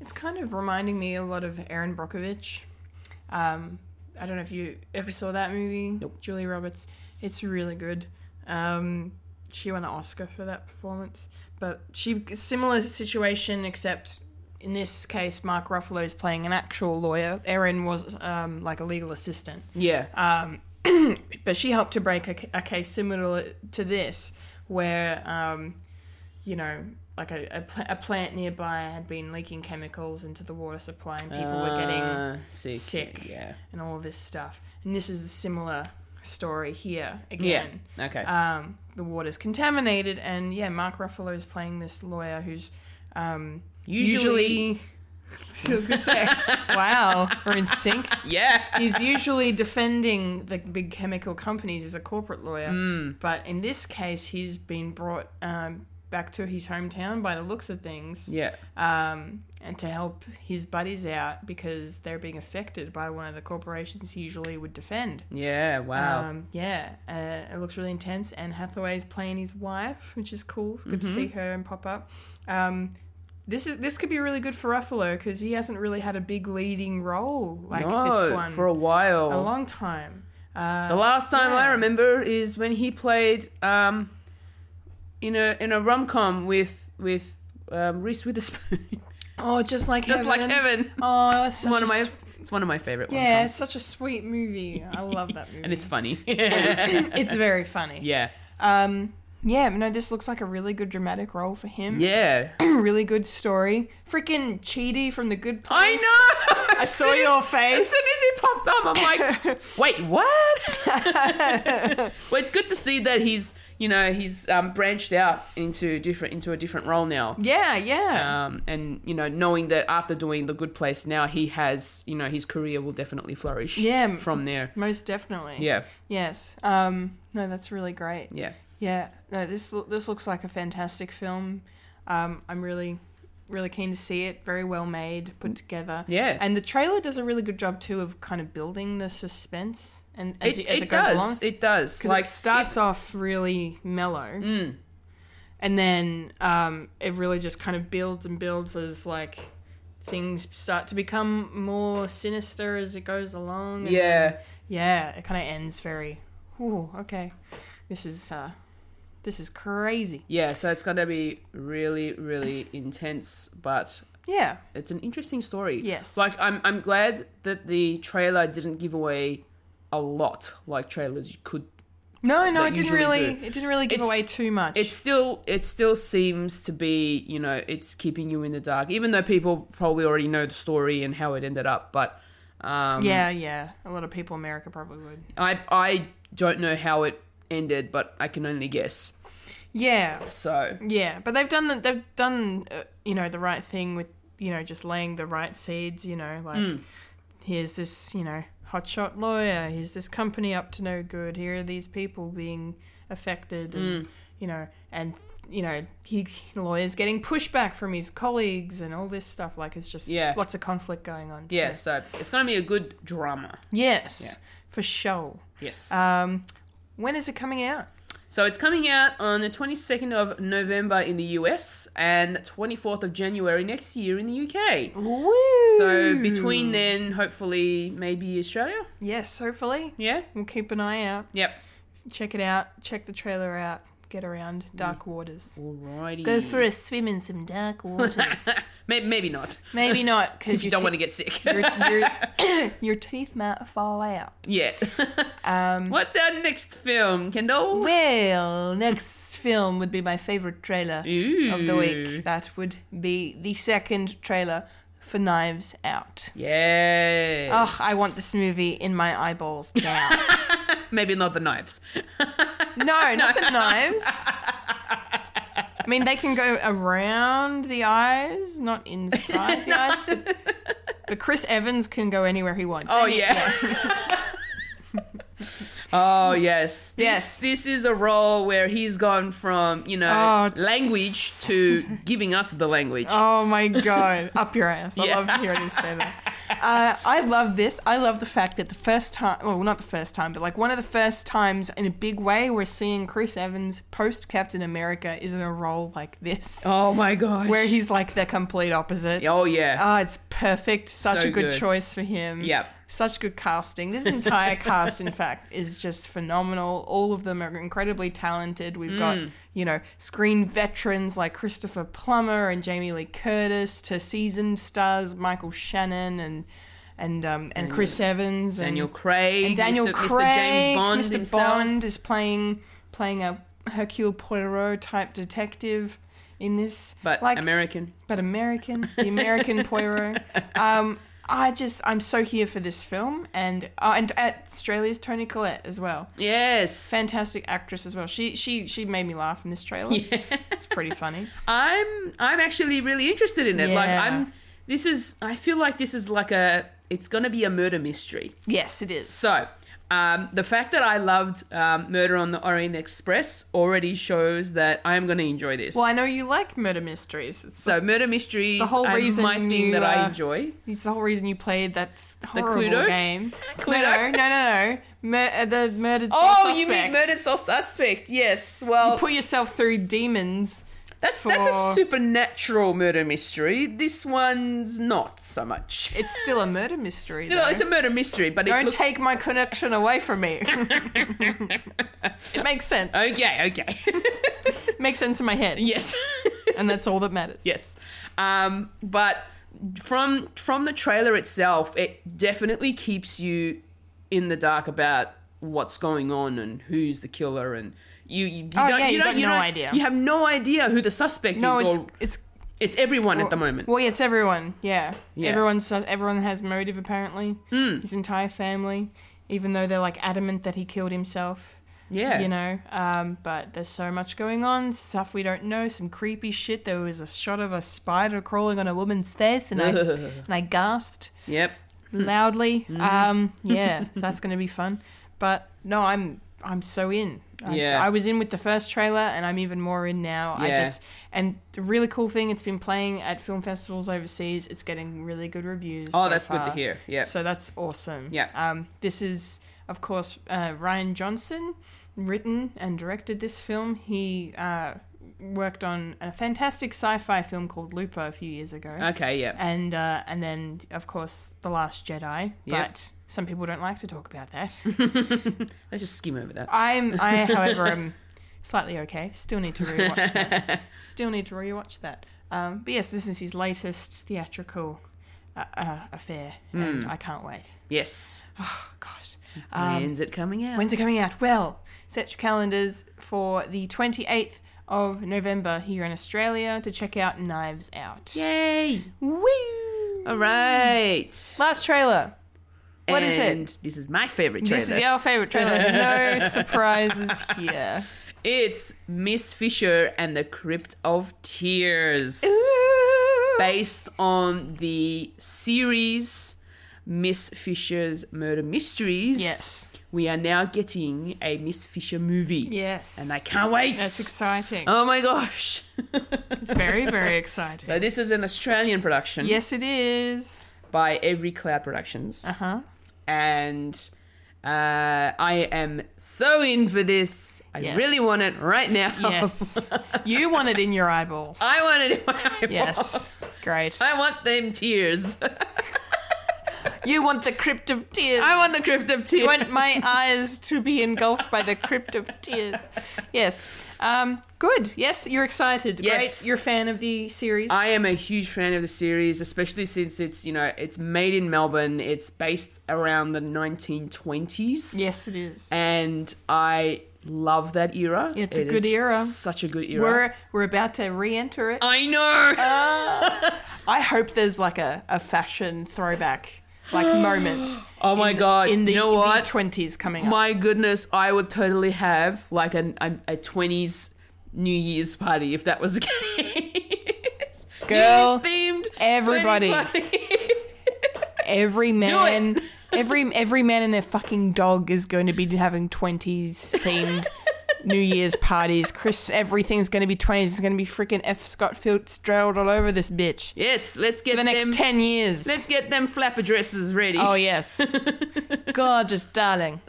it's kind of reminding me a lot of Aaron Brockovich. Um, I don't know if you ever saw that movie. Julie Roberts. It's really good. Um, she won an Oscar for that performance. But she similar situation except in this case Mark Ruffalo is playing an actual lawyer. Erin was um, like a legal assistant.
yeah,
but she helped to break a, a case similar to this, where, um, you know, like a, a, pl- a plant nearby had been leaking chemicals into the water supply and people were
Uh,
getting
sick,
sick
yeah.
and all this stuff. And this is a similar story here
yeah,
again.
okay,
Um, the water's contaminated, and yeah, Mark Ruffalo is playing this lawyer who's um,
Usually-
usually I was gonna say, wow, we're in sync
yeah,
he's usually defending the big chemical companies as a corporate lawyer,
Hmm.
but in this case, he's been brought um, back to his hometown by the looks of things,
yeah,
um, and to help his buddies out because they're being affected by one of the corporations he usually would defend.
yeah. Wow.
Um, yeah, uh, it looks really intense. And Hathaway's playing his wife, which is cool. It's good to
Mm-hmm.
see her and pop up. Um, this is this could be really good for Ruffalo because he hasn't really had a big leading role like this
No,
one
Oh, for a while.
a long time.
The last time I
Yeah.
remember is when he played um, in a in a rom com with with um, Reese Witherspoon.
Oh, just like
Just
heaven.
like heaven.
Oh, that's such
one
a
of my
s-
it's one of my favorite rom
yeah, it's such a sweet movie. I love that movie,
and it's funny.
it's very funny.
yeah,
Um, yeah, no, this looks like a really good dramatic role for him.
yeah.
really good story. Freaking Cheaty from the Good Place.
I know.
I
As
saw
soon as-
your
As
face.
soon as he popped up, I'm like, wait, what? well, it's good to see that he's you know he's um, branched out into different into a different role now.
Yeah, yeah.
um, and you know knowing that after doing the good place now he has you know his career will definitely flourish
Yeah, m-
from there
Most definitely.
yeah
Yes. Um, no, that's really great.
yeah
Yeah, no, this lo- this looks like a fantastic film. Um, I'm really, really keen to see it. Very well made, put together.
Yeah.
and the trailer does a really good job too of kind of building the suspense and as
it,
it, as it,
it
goes
does
along.
it does
Because
like Mm.
it starts off really mellow, and then um, it really just kind of builds and builds as like things start to become more sinister as it goes along. and
yeah
yeah, it kind of ends very. Ooh, okay. This is uh, this is crazy.
yeah so it's gonna be really really intense but
Yeah,
it's an interesting story
Yes.
like i'm, I'm glad that the trailer didn't give away a lot like trailers could
no, no,
That
it didn't
usually
really,
do.
it didn't really give
It's-
away too much.
it still it still seems to be you know it's keeping you in the dark even though people probably already know the story and how it ended up but um
yeah, yeah. A lot of people in America probably would.
i i don't know how it ended but i can only guess
Yeah,
so
yeah. But they've done the, they've done uh, you know the right thing with you know just laying the right seeds. You know, like
Hmm.
here's this you know hotshot lawyer. Here's this company up to no good. Here are these people being affected, and
Hmm.
you know, and you know he the lawyer's getting pushback from his colleagues and all this stuff. Like it's just
Yeah.
lots of conflict going on. so-
yeah so it's gonna be a good drama
Yes, for sure.
yes
Um, when is it coming out?
so it's coming out on the 22nd of november in the us and 24th of january next year in the uk
Woo!
so between then hopefully maybe australia
yes, hopefully
yeah
we'll keep an eye out.
yep
Check it out. Check the trailer out. Get around dark waters.
alrighty
Go for a swim in some dark waters.
May- maybe not
Maybe not because
you don't want to get sick.
your, your, your teeth might fall out. Um,
yeah. What's our next film, Kendall?
Well, next film would be my favorite trailer of the week. That would be the second trailer for Knives Out.
Yes.
Oh, I want this movie in my eyeballs now.
Maybe not the knives.
no, not the knives. I mean, they can go around the eyes, not inside the eyes. But, but Chris Evans can go anywhere he wants.
Oh
Any-
yeah. Oh yes, this,
Yes.
This is a role where he's gone from you know
Oh, it's-
language to giving us the language.
Oh my god, up your ass! I
Yeah.
love hearing him say that. Uh, I love this. I love the fact that the first time, well, not the first time, but like one of the first times in a big way, we're seeing Chris Evans post Captain America is in a role like this,
Oh my gosh.
where he's like the complete opposite.
Oh yeah.
Oh, it's perfect. Such
So
a good,
good.
choice for him.
Yep.
Such good casting. This entire cast, in fact, is just phenomenal. All of them are incredibly talented. We've got,
Mm.
you know, screen veterans like Christopher Plummer and Jamie Lee Curtis to seasoned stars Michael Shannon and and um, and Chris Evans and
Daniel Craig.
and Daniel
Mr.
Craig.
Mr. James Bond
Mr.
himself.
Bond is playing playing a Hercule Poirot type detective in this.
But
like
American.
but American, the American Poirot. Um, I just, I'm so here for this film, and uh, and Australia's Tony Collette as well,
Yes.
fantastic actress as well. She she she made me laugh in this trailer. It's pretty funny.
Uh, I'm I'm actually really interested in it. Like
Yeah.
I'm this is I feel like this is like a it's gonna be a murder mystery.
Yes, it is.
So um, the fact that I loved um, Murder on the Orient Express already shows that I am going to enjoy this.
Well, Oh, I know you like murder mysteries. It's,
so murder mysteries,
The whole
are
reason
my thing
you,
that I
uh,
enjoy.
it's the whole reason you played that s- horrible
Cluedo?
game. No, no,
Cluedo?
no, no. Mur- uh, the murdered. sole
Oh, you mean
suspect.
murdered soul suspect? Yes. Well,
You put yourself through demons.
that's that's a
for-
supernatural murder mystery. This one's not so much.
It's still a murder mystery.
It's, a,
though.
it's a murder mystery, but it
Don't
looks
take my connection away from me. it makes sense. It
okay. Okay.
makes sense in my head.
yes.
And that's all that matters.
Yes. Um, but from from the trailer itself, it definitely keeps you in the dark about what's going on and who's the killer and you you, you
Oh,
don't
yeah,
you,
you
don't-
got
you
no
don't-
idea.
You have no idea who the suspect
No,
is
it's
or
it's
it's everyone at the moment.
well, yeah, it's everyone. Yeah,
Yeah. Hmm.
everyone's everyone has motive apparently. His entire family, even though they're like adamant that he killed himself.
yeah.
You know, um, but there's so much going on, stuff we don't know, some creepy shit. There was a shot of a spider crawling on a woman's face, and I and I gasped.
Yep.
loudly.
Mm-hmm.
Um, yeah, so that's going to be fun. But no, I'm I'm so in. I,
Yeah.
I was in with the first trailer, and I'm even more in now. I
Yeah.
just and the really cool thing, it's been playing at film festivals overseas. It's getting really good reviews.
Oh,
so
that's good to
far.
hear. Yeah.
so that's awesome.
Yeah.
um, this is of course uh, Ryan Johnson written and directed this film. He uh, worked on a fantastic sci-fi film called Looper a few years ago
Okay. Yeah.
and uh, and then of course the Last Jedi. But
Yep.
some people don't like to talk about that.
Let's just skim over that.
I'm I, however, am slightly okay. Still need to rewatch that. Still need to rewatch that. Um, but yes, this is his latest theatrical uh, uh, affair,
Hmm.
and I can't wait. Oh,
Yes.
Gosh, Uh,
When's it coming out?
um, when's it coming out? Well, set your calendars for the 28th of November here in Australia to check out Knives Out.
Yay!
Woo!
All right.
Last trailer. What is it?
and This is my favorite trailer.
This is our favorite trailer. No surprises here.
It's Miss Fisher and the Crypt of Tears. Based on the series Miss Fisher's Murder Mysteries.
Yes.
We are now getting a Miss Fisher movie.
Yes.
And I can't wait.
That's exciting.
oh my gosh.
It's very, very exciting.
so this is an Australian production
Yes, it is.
by Every Cloud Productions.
Uh huh.
And uh, I am so in for this. I
Yes.
really want it right now.
Yes. you want it in your eyeballs.
I want it in my eyeballs.
yes. Great.
I want them tears.
You want the crypt of tears.
I want the crypt of tears.
You want my eyes to be engulfed by the crypt of tears. Yes. Um, good. Yes, you're excited.
Yes.
Great. You're a fan of the series.
I am a huge fan of the series, especially since it's you know it's made in Melbourne. It's based around the 1920s.
yes, it is.
and I love that era.
It's a good era.
Such a good era.
We're Uh, we're about to re-enter it.
I know.
I hope there's like a, a fashion throwback like moment.
oh my
in,
god!
In the
you know what?
twenties coming up.
my goodness, I would totally have like an, an, a 20s New Year's party if that was the case.
Girl,
New Year's themed
everybody.
20s party.
Every man Every every man and their fucking dog is going to be having twenties themed New Year's parties. Chris, everything's going to be twenties. It's going to be freaking F. Scott Fitzgerald all over this bitch
Yes, let's get
for the next
them,
ten years.
Let's get them flapper dresses ready.
oh yes, gorgeous darling.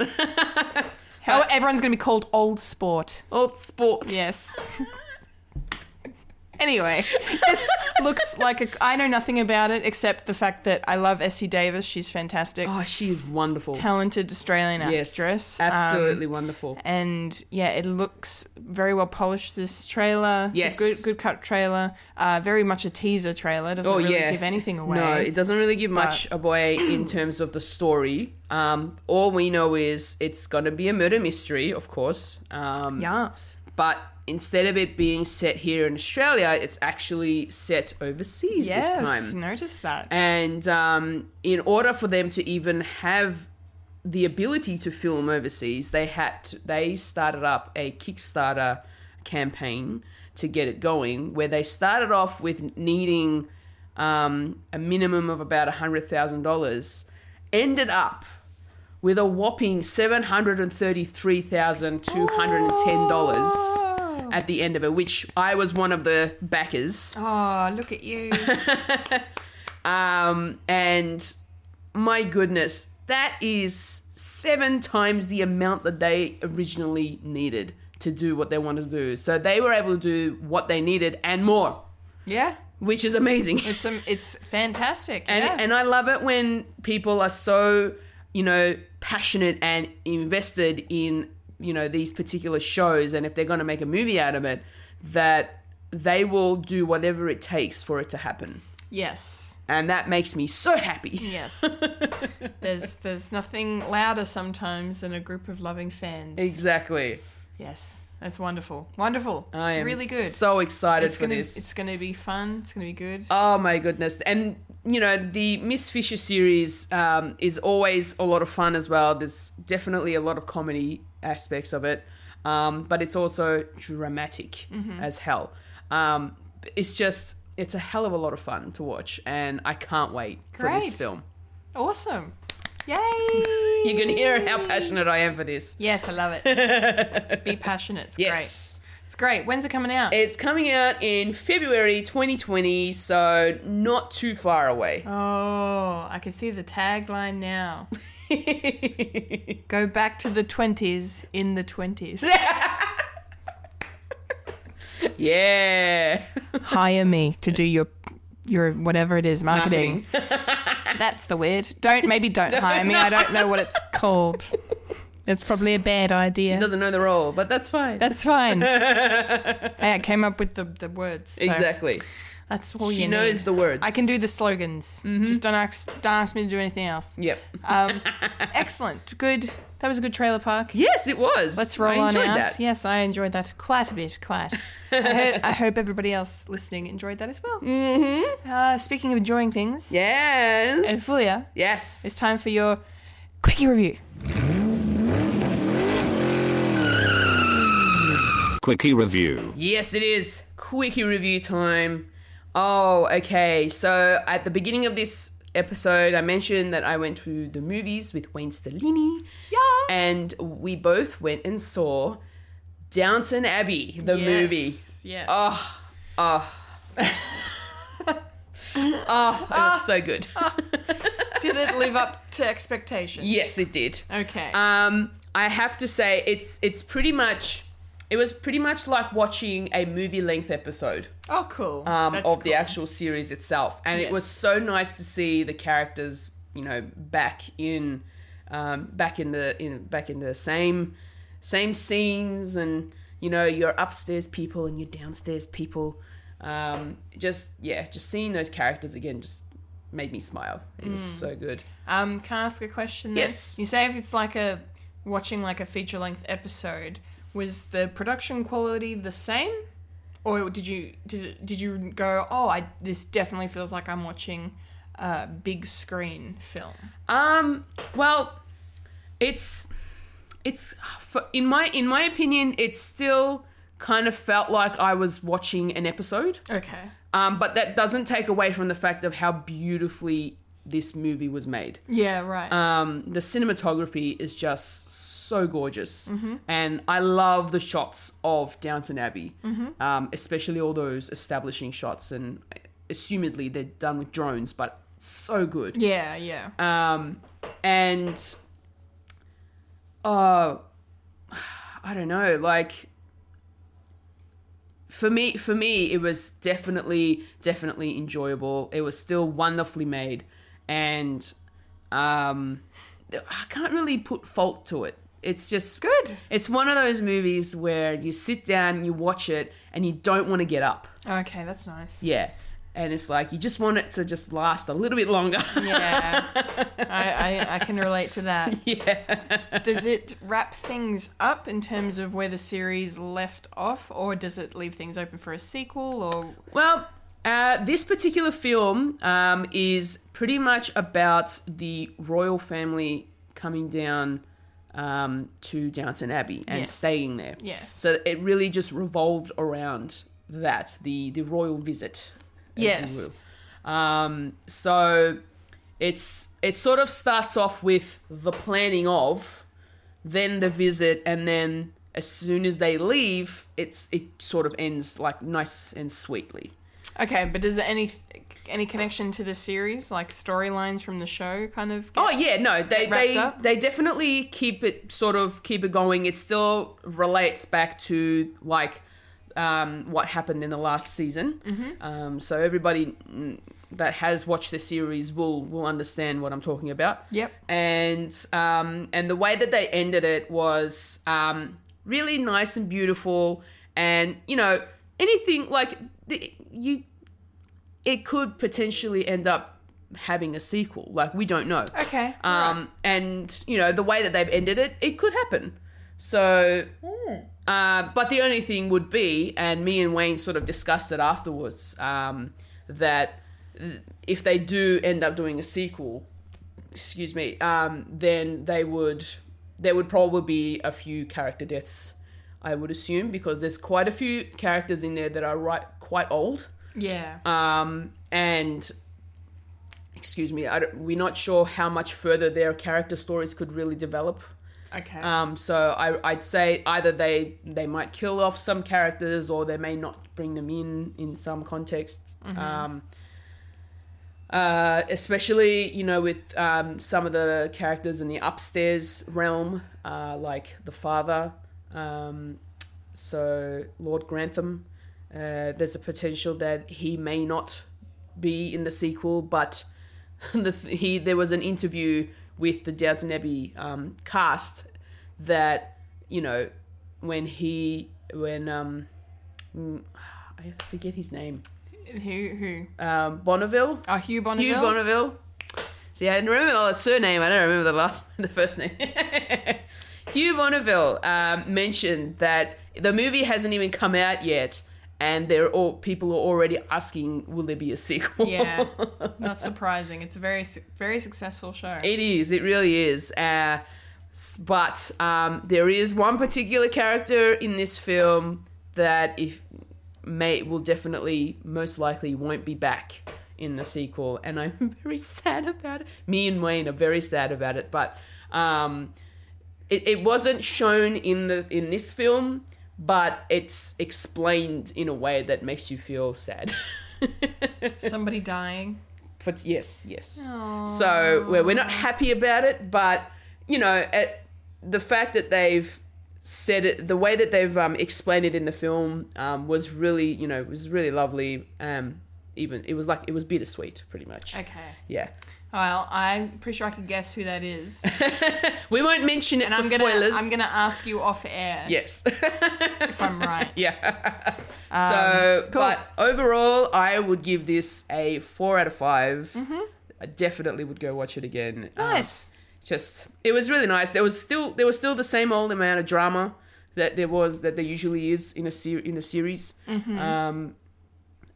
How everyone's going to be called old sport.
Old sport.
Yes. anyway, this looks like a. I know nothing about it except the fact that I love Essie Davis. She's fantastic.
Oh, she is wonderful.
Talented Australian
yes,
actress. Um,
absolutely wonderful.
and yeah, it looks very well polished. This trailer, It's a
Yes.
good good cut trailer. Uh, very much a teaser trailer. Doesn't
Oh
really
yeah,
give anything away.
No, it doesn't really give much away in terms of the story. Um, all we know is it's gonna be a murder mystery, of course. Um,
Yes.
but instead of it being set here in Australia, it's actually set overseas
Yes.
this time.
Notice that.
And um, in order for them to even have the ability to film overseas, they had to, they started up a Kickstarter campaign to get it going, where they started off with needing um, a minimum of about hundred thousand dollars, ended up with a whopping seven hundred and thirty-three thousand two hundred and ten dollars at the end of it, which I was one of the backers.
oh, look at you.
Um, and my goodness, that is seven times the amount that they originally needed to do what they wanted to do. So they were able to do what they needed and more,
yeah.
which is amazing.
It's um, it's fantastic.
and
yeah.
and I love it when people are so you know passionate and invested in you know these particular shows, and if they're going to make a movie out of it, that they will do whatever it takes for it to happen,
yes.
and that makes me so happy.
Yes. there's there's nothing louder sometimes than a group of loving fans.
Exactly.
Yes. That's wonderful. Wonderful.
I
it's
am
really good.
So excited
it's
for
gonna
this.
it's gonna be fun. It's gonna be good.
Oh my goodness! And you know the Miss Fisher series um, is always a lot of fun as well. There's definitely a lot of comedy aspects of it, um, but it's also dramatic
Mm-hmm.
as hell. Um, it's just it's a hell of a lot of fun to watch, and I can't wait for
Great.
this film.
Awesome. Yay!
You can hear how passionate I am for this.
Yes, I love it. be passionate. It's
Yes.
great. It's great. When's it coming out?
It's coming out in February 2020, so not too far away.
oh, I can see the tagline now. Go back to the twenties in the twenties.
yeah.
hire me to do your your whatever it is marketing. That's the word. Don't maybe don't hire me. I don't know what it's called. It's probably a bad idea.
He doesn't know the role, but that's fine.
That's fine. hey, I came up with the, the words. so
exactly.
That's all
She
you
knows
need.
the words. Mm-hmm.
I can do the slogans. Just don't ask don't ask me to do anything else.
Yep.
Um, excellent. Good. That was a good trailer park.
Yes, it was.
Let's roll
I
on
enjoyed
out.
That.
Yes, I enjoyed that quite a bit, quite. I, ho- I hope everybody else listening enjoyed that as well. Mm-hmm. Uh, speaking of enjoying things,
Yes.
and Fulia,
Yes.
it's time for your quickie review.
Quickie review.
Yes, it is. Quickie review time. Oh, okay. So at the beginning of this episode, I mentioned that I went to the movies with Wayne Stellini. Yeah. And we both went and saw Downton Abbey, the movie. Oh.
Yes.
It was so good.
Did it live up to expectations?
yes, it did.
Okay.
Um, I have to say it's it's pretty much it was pretty much like watching a movie length episode
oh, cool.
um, of
That's
the
cool.
actual series itself, and it was
Yes.
so nice to see the characters you know back in um, back in the in back in the same same scenes and you know your upstairs people and your downstairs people um, just yeah just seeing those characters again just made me smile it
Hmm.
was so good
Um, can I ask a question? then?
Yes.
You say if it's like a watching like a feature length episode, was the production quality the same, or did you did did you go? Oh, I this definitely feels like I'm watching a big screen film.
Um. Well, it's it's for- in my in my opinion, it still kind of felt like I was watching an episode.
Okay.
Um, but that doesn't take away from the fact of how beautifully this movie was made.
Yeah, right.
Um, the cinematography is just so gorgeous, and I love the shots of Downton Abbey, um, especially all those establishing shots. And assumedly, they're done with drones, but so good
yeah, yeah.
um, and uh, I don't know, like for me, for me, it was definitely, definitely enjoyable. It was still wonderfully made, and um, I can't really put fault to it. It's just
Good.
It's one of those movies where you sit down, you watch it, and you don't want to get up.
okay, that's nice.
Yeah. And it's like you just want it to just last a little bit longer.
Yeah, I, I, I can relate to that.
yeah.
Does it wrap things up in terms of where the series left off, or does it leave things open for a sequel? Or
Well, uh, this particular film um, is pretty much about the royal family coming down um, to Downton Abbey and
Yes.
staying there.
Yes.
So it really just revolved around that the the royal visit. as you
Yes.
will. Um, so it's it sort of starts off with the planning of, then the visit, and then as soon as they leave, it's it sort of ends like nice and sweetly.
okay, but does there any any connection to the series, like storylines from the show, kind of?
Oh yeah, no, they
wrapped
they
up?
they definitely keep it sort of keep it going. It still relates back to like um, what happened in the last season.
Mm-hmm.
Um, so everybody mm, that has watched the series will will understand what I'm talking about.
Yep.
And um, and the way that they ended it was um, really nice and beautiful. And you know anything like the, you, it could potentially end up having a sequel. Like we don't know.
Okay.
Um, and you know the way that they've ended it, it could happen. So, uh, but the only thing would be, and me and Wayne sort of discussed it afterwards, um, that if they do end up doing a sequel, excuse me, um, then they would there would probably be a few character deaths, I would assume, because there's quite a few characters in there that are right quite old
yeah.
um, and excuse me I don't, we're not sure how much further their character stories could really develop
okay.
um, so I, i'd say either they they might kill off some characters or they may not bring them in in some contexts um, uh, especially you know with um, some of the characters in the upstairs realm uh, like the father um, so lord grantham uh, there's a potential that he may not be in the sequel, but the, he there was an interview with the Downton Abbey um, cast that you know when he when um mm, I forget his name
who who?
um, Bonneville
Oh, Hugh Bonneville.
Hugh Bonneville. See, I didn't remember the surname. I don't remember the last, the first name. Hugh Bonneville um, mentioned that the movie hasn't even come out yet, and there are all people are already asking, "Will there be a sequel?"
Yeah. Not surprising. It's a very su- very successful show.
It is. It really is. Uh, s- but um, there is one particular character in this film that if may will definitely most likely won't be back in the sequel, and I'm very sad about it. Me and Wayne are very sad about it, but um, it, it wasn't shown in the in this film. But it's explained in a way that makes you feel sad.
Somebody dying.
But yes, yes. So we're, we're not happy about it, but you know, at the fact that they've said it, the way that they've um, explained it in the film um, was really, you know, was really lovely. Um, even it was like it was bittersweet, pretty much.
Okay.
Yeah,
Well, I'm pretty sure I can guess who that is,
we won't mention it
and
for
I'm gonna
spoilers.
I'm gonna ask you off air
yes.
if I'm right.
yeah.
Um,
so, but overall, I would give this a four out of 5 I definitely would go watch it again. Um,
Mm-hmm. Nice.
just it was really nice. There was still there was still the same old amount of drama that there was that there usually is in a ser- in a series. Um,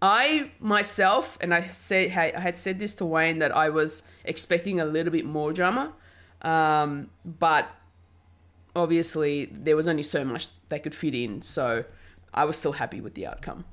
I myself and I said hey, I had said this to Wayne that I was expecting a little bit more drama, um, but obviously there was only so much they could fit in, so I was still happy with the outcome.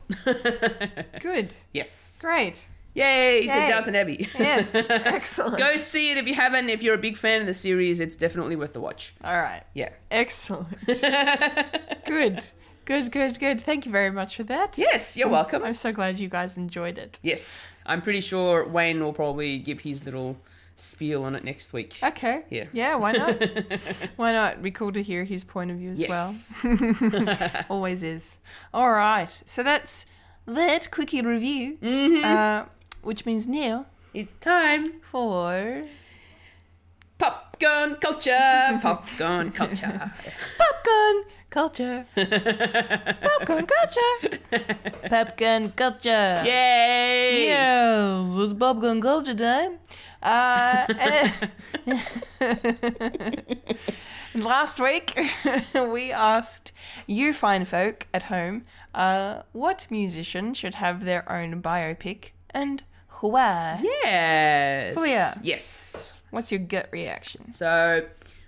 Good.
yes.
Great.
Yay, to
Yay.
Downton Abbey.
Yes, excellent.
Go see it if you haven't. If you're a big fan of the series, it's definitely worth the watch.
All right.
Yeah.
Excellent. good. Good, good, good. Thank you very much for that.
Yes, you're welcome.
I'm so glad you guys enjoyed it.
Yes, I'm pretty sure Wayne will probably give his little spiel on it next week.
Okay.
Yeah.
Yeah, why not? why not? It'd be cool to hear his point of view as well.
Yes.
Always is. All right. So that's that quickie review,
Mm-hmm.
uh, which means now
it's time
for
popcorn culture. Popcorn culture.
popcorn culture. popcorn culture. popcorn culture.
Yay!
Yes, it's popcorn culture time. Uh, and, and last week, we asked you fine folk at home uh, what musician should have their own biopic and why.
Yes.
Oh, yeah.
Yes.
What's your gut reaction?
So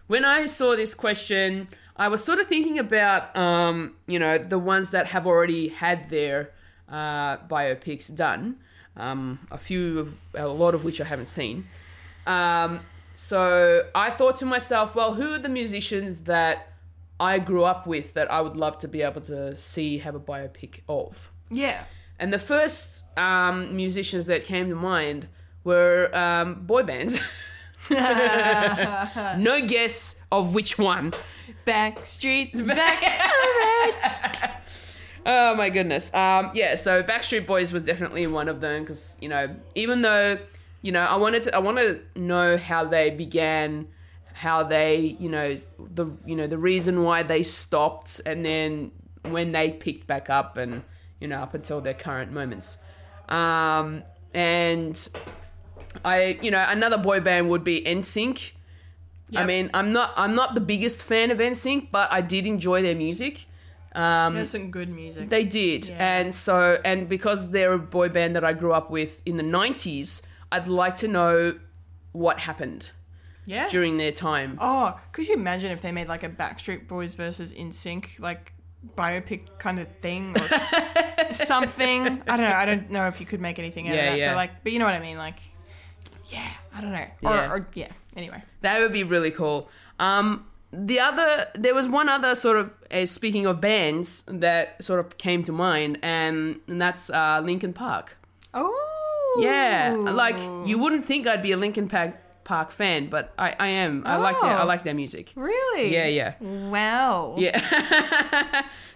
when I saw this question, I was sort of thinking about um, you know the ones that have already had their uh, biopics done. Um, a few of a lot of which I haven't seen. Um, so I thought to myself, well, who are the musicians that I grew up with that I would love to be able to see have a biopic of?
Yeah.
And the first um, musicians that came to mind were um, boy bands. no guess of which one.
Back streets, back. All right.
Oh my goodness. Um, yeah, so Backstreet Boys was definitely one of them because you know, even though you know, I wanted to, I want to know how they began, how they, you know, the you know the reason why they stopped, and then when they picked back up, and you know, up until their current moments. Um, and I, you know, another boy band would be NSYNC. I mean, I'm not I'm not the biggest fan of NSYNC, but I did enjoy their music.
There's some good music.
They did.
Yeah.
And so, and because they're a boy band that I grew up with in the 90s, I'd like to know what happened
yeah.
during their time.
Oh, could you imagine if they made like a Backstreet Boys versus In Sync like biopic kind of thing or s- something? I don't know. I don't know if you could make anything out
Yeah,
of that.
yeah.
But like, but you know what I mean? Like, yeah, I don't know.
Yeah.
Or, or yeah. Anyway,
That would be really cool. Um, the other, there was one other sort of, uh, speaking of bands, that sort of came to mind, and, and that's uh, Linkin Park.
oh
Yeah, like you wouldn't think I'd be a Linkin Park Park fan, but I, I am. I like their, I
Oh.
like their music.
really?
Yeah, yeah.
Wow. Yeah.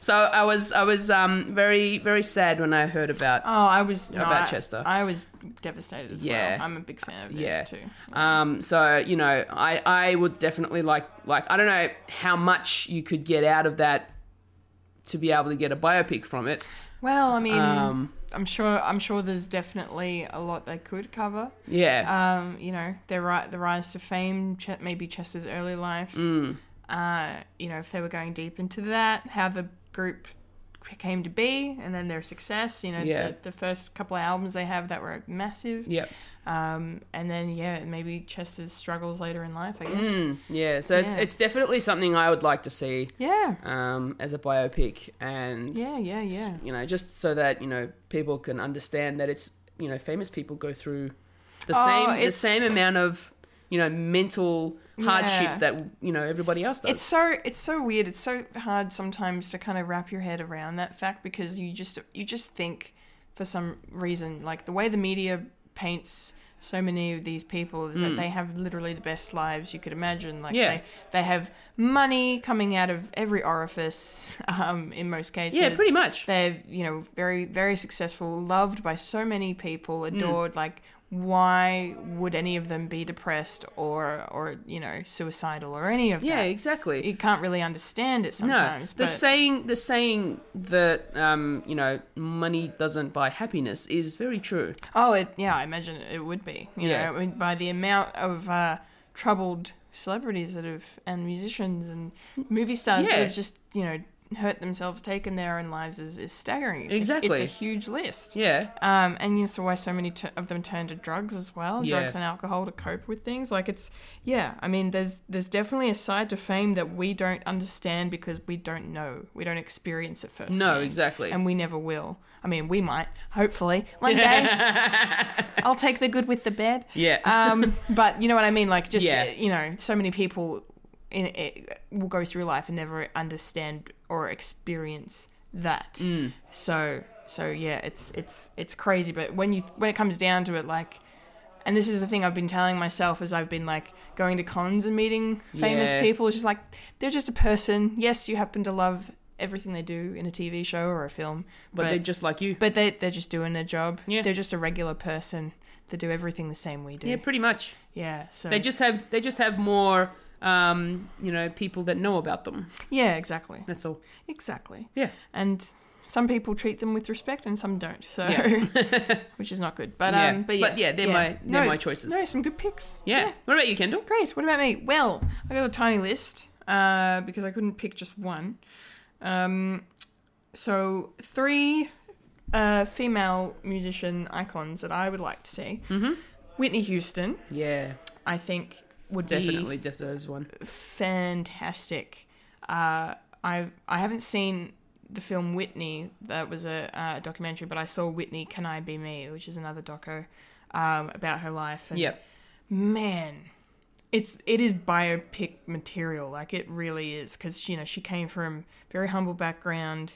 So I was I was um, very very sad when I heard about
Oh, I was not,
Chester.
I was devastated as
Yeah.
well. I'm a big fan of this
yeah.
too.
Um, so you know, I I would definitely like like I don't know how much you could get out of that to be able to get a biopic from it.
Well, I mean,
Um,
I'm sure. I'm sure there's definitely a lot they could cover.
yeah,
um, you know, their ri- the rise to fame, Ch- maybe Chester's early life.
Mm.
Uh, you know, if they were going deep into that, how the group came to be, and then their success. You know,
Yeah.
the, the first couple of albums they have that were massive.
yeah,
Um, and then yeah, maybe Chester's struggles later in life. I guess.
Mm. Hmm. yeah. So it's
Yeah.
it's definitely something I would like to see
Yeah.
um, as a biopic, and
Yeah. Yeah. Yeah.
you know, just so that you know people can understand that it's you know famous people go through the
Oh,
same the
it's-
same amount of you know mental hardship
Yeah.
that you know everybody else does.
It's so it's so weird. It's so hard sometimes to kind of wrap your head around that fact because you just you just think for some reason like the way the media paints so many of these people that they have literally the best lives you could imagine. Like
Hmm. Yeah.
they they have money coming out of every orifice um, in most cases.
Yeah, pretty much.
They're you know very very successful, loved by so many people,
Hmm.
adored. Like why would any of them be depressed or or you know suicidal or any of
yeah,
that?
exactly.
you can't really understand it sometimes.
the
but
saying the saying that um, you know money doesn't buy happiness is very true.
oh, it, yeah, I imagine it would be. You
Yeah.
know, I mean, by the amount of uh, troubled celebrities that have and musicians and movie stars
Yeah.
that have just you know hurt themselves, taken their own lives is, is staggering. It's a- it's
Exactly.
a huge list.
Yeah.
Um, and you saw why so many t- of them turn to drugs as well,
Yeah.
drugs and alcohol to cope with things. Like it's, yeah. I mean, there's there's definitely a side to fame that we don't understand because we don't know, we don't experience it first.
exactly.
and we never will. I mean, we might, hopefully, one day. I'll take the good with the bad.
Yeah.
Um, but you know what I mean? Like, just
Yeah.
uh, you know, so many people in it will go through life and never understand or experience that.
Mm.
So, so yeah, it's it's it's crazy. But when you when it comes down to it, like. And this is the thing I've been telling myself as I've been like going to cons and meeting famous
Yeah.
people. It's just like they're just a person. Yes, you happen to love everything they do in a TV show or a film,
but, they're just like you.
but they they're just doing their job.
Yeah.
They're just a regular person. They do everything the same we do.
yeah, pretty much.
Yeah, so
They just have they just have more um, you know, people that know about them.
yeah, exactly,
That's all.
exactly.
Yeah.
and some people treat them with respect and some don't. So, which is not good. But
Yeah.
um, but, yes,
But yeah, they're my- they're
No,
my choices.
No, some good picks.
Yeah. What about you, Kendall?
Great. What about me? Well, I got a tiny list uh, because I couldn't pick just one. Um, so three uh, female musician icons that I would like to see. Mm-hmm. Whitney Houston,
Yeah.
I think, would
Definitely
be
deserves one.
uh, fantastic. Uh, I I haven't seen the film Whitney. That was a uh, documentary, but I saw Whitney. Can I Be Me, which is another doco um, about her life. And
Yep.
man it's it is biopic material like it really is because you know she came from very humble background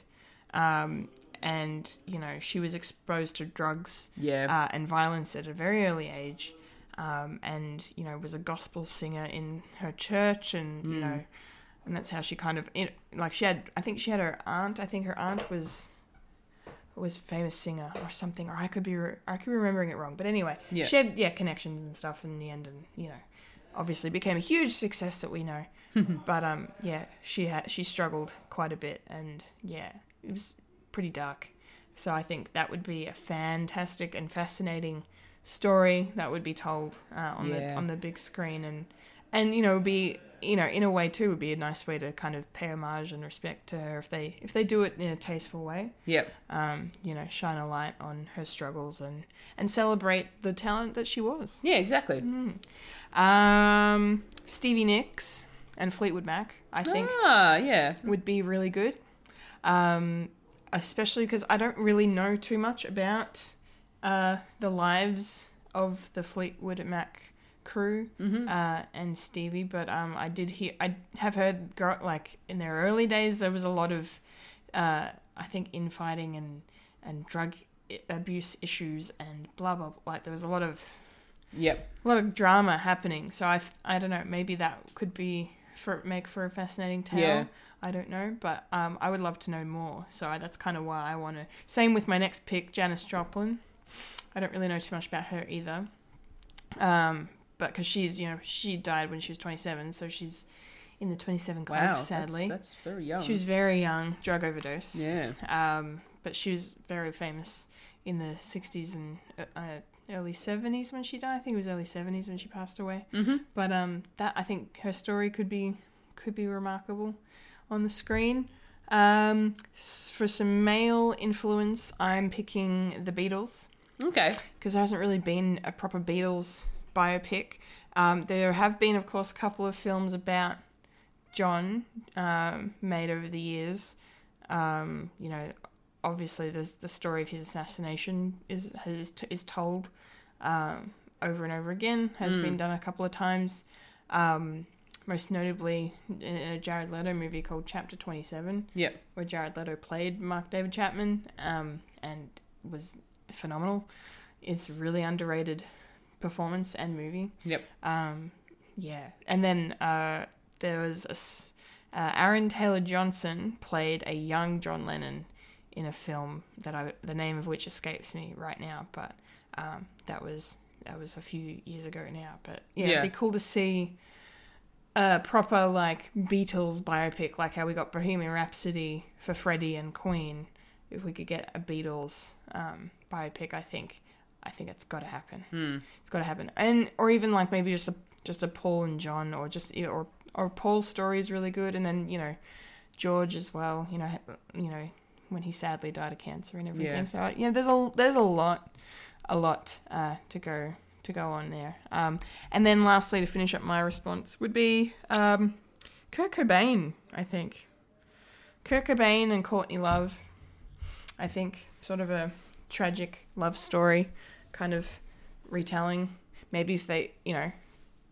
um and you know she was exposed to drugs
Yeah.
uh, and violence at a very early age um and you know was a gospel singer in her church and you know and that's how she kind of it, like she had i think she had her aunt i think her aunt was was a famous singer or something, or I could be re- I could be remembering it wrong. But anyway,
Yeah.
she had yeah connections and stuff in the end, and you know, obviously became a huge success that we know. but um, yeah, she had she struggled quite a bit, and yeah, it was pretty dark. So I think that would be a fantastic and fascinating story that would be told uh, on the
Yeah.
on the big screen, and and you know be you know in a way too would be a nice way to kind of pay homage and respect to her if they if they do it in a tasteful way
Yep.
um, you know, shine a light on her struggles and and celebrate the talent that she was.
Yeah, exactly.
mm. Um, Stevie Nicks and Fleetwood Mac, I think,
Ah, yeah.
would be really good. Um, especially because I don't really know too much about uh, the lives of the Fleetwood Mac crew uh, and Stevie, but um, I did hear I have heard gr- like in their early days there was a lot of uh, I think infighting and and drug i- abuse issues and blah blah blah. like there was a lot of
Yep.
a lot of drama happening. So I, f- I don't know. Maybe that could be for make for a fascinating tale.
Yeah.
I don't know, but um, I would love to know more. So I, that's kind of why I want to. Same with my next pick, Janice Joplin. I don't really know too much about her either, um, but because she's you know she died when she was 27, so she's in the 27 club.
Wow.
sadly,
That's, that's very young.
she was very young, drug overdose.
yeah.
Um, but she was very famous in the 60s and uh, uh, early 70s when she died. I think it was early 70s when she passed away. Mm-hmm. But um, that I think her story could be could be remarkable on the screen. Um, s- for some male influence, I'm picking the Beatles
Okay.
because there hasn't really been a proper Beatles biopic. Um, there have been, of course, a couple of films about John um, made over the years. Um, you know, obviously, there's the story of his assassination is is, is told um, over and over again. Has been done a couple of times. Um, most notably in a Jared Leto movie called Chapter 27
Yep.
where Jared Leto played Mark David Chapman, um, and was phenomenal. It's a really underrated performance and movie.
Yep.
Yeah, and then uh, there was a s uh, Aaron Taylor Johnson played a young John Lennon in a film that I the name of which escapes me right now, but um, that was that was a few years ago now. But yeah,
Yeah.
it'd be cool to see a proper like Beatles biopic, like how we got Bohemian Rhapsody for Freddie and Queen. If we could get a Beatles um, biopic, I think I think it's got to happen. It's got to happen, and or even like maybe e, just a just a Paul and John, or just or or Paul's story is really good, and then you know George as well. You know, ha- you know when he sadly died of cancer and everything.
Yeah.
So uh, yeah, there's a there's a lot, a lot uh, to go to go on there. Um, and then lastly, to finish up my response would be um, Kurt Cobain. I think Kurt Cobain and Courtney Love. I think sort of a tragic love story, kind of retelling. Maybe if they, you know,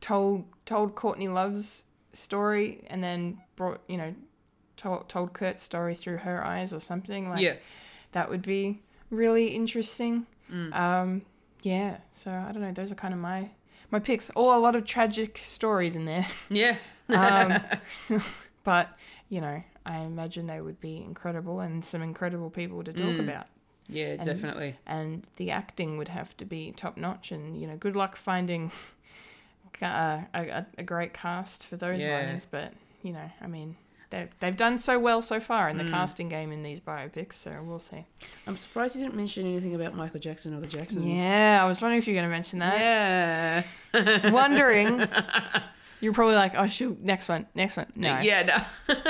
told told Courtney Love's story and then brought you know told told Kurt's story through her eyes or something like
Yeah.
that would be really interesting. Um, yeah, so I don't know. Those are kind of my my picks. All a lot of tragic stories in there, Um,
Yeah.
but you know I imagine they would be incredible and some incredible people to talk about.
Yeah, definitely.
And the acting would have to be top notch, and you know, good luck finding ca- uh, a, a, a great cast for those
Yeah.
ones. But you know, I mean, they've they've done so well so far in the casting game in these biopics, so we'll see.
I'm surprised you didn't mention anything about Michael Jackson or the Jacksons.
Yeah, I was wondering if you were going to mention that.
Yeah.
Wondering. You're probably like, oh shoot, next one, next one. No,
Yeah.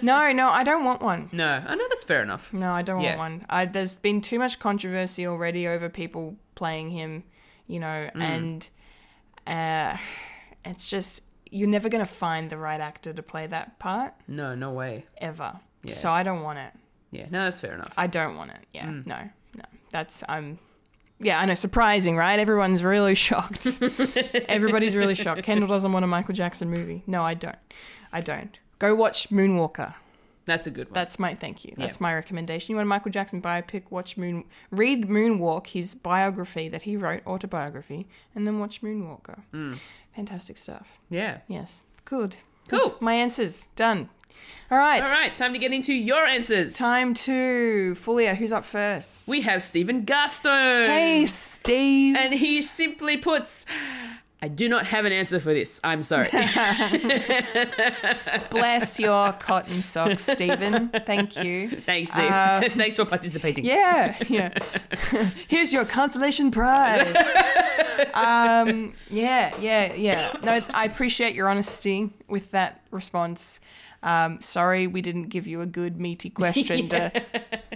No.
no, no, I don't want one.
no. I know that's fair enough.
No, I don't
Yeah.
want one. I, there's been too much controversy already over people playing him, you know,
Mm.
and uh, it's just you're never gonna find the right actor to play that part
No, no way.
ever. So I don't want it.
Yeah. No, that's fair enough.
I don't want it. Yeah,
Mm.
no, no. That's I'm. Yeah, I know. Surprising, right? Everyone's really shocked. Everybody's really shocked. Kendall doesn't want a Michael Jackson movie. No, I don't. I don't. Go watch Moonwalker.
That's a good one.
That's my thank you. That's my recommendation. You want a Michael Jackson biopic? Watch Moon, read Moonwalk, his biography that he wrote, autobiography, and then watch Moonwalker.
Mm.
Fantastic stuff.
yeah.
Yes, good.
Cool.
My answers done. All right.
All right. Time to get into your answers.
Time to Fulia. Who's up first?
We have Stephen Gaston.
hey, Steve.
And he simply puts, I do not have an answer for this. I'm sorry.
Bless your cotton socks, Stephen. Thank you.
Thanks, Steve. Thanks for participating.
Uh, Yeah, yeah. Here's your consolation prize. um, yeah, yeah, yeah. No, I appreciate your honesty with that response. Um, sorry, we didn't give you a good meaty question to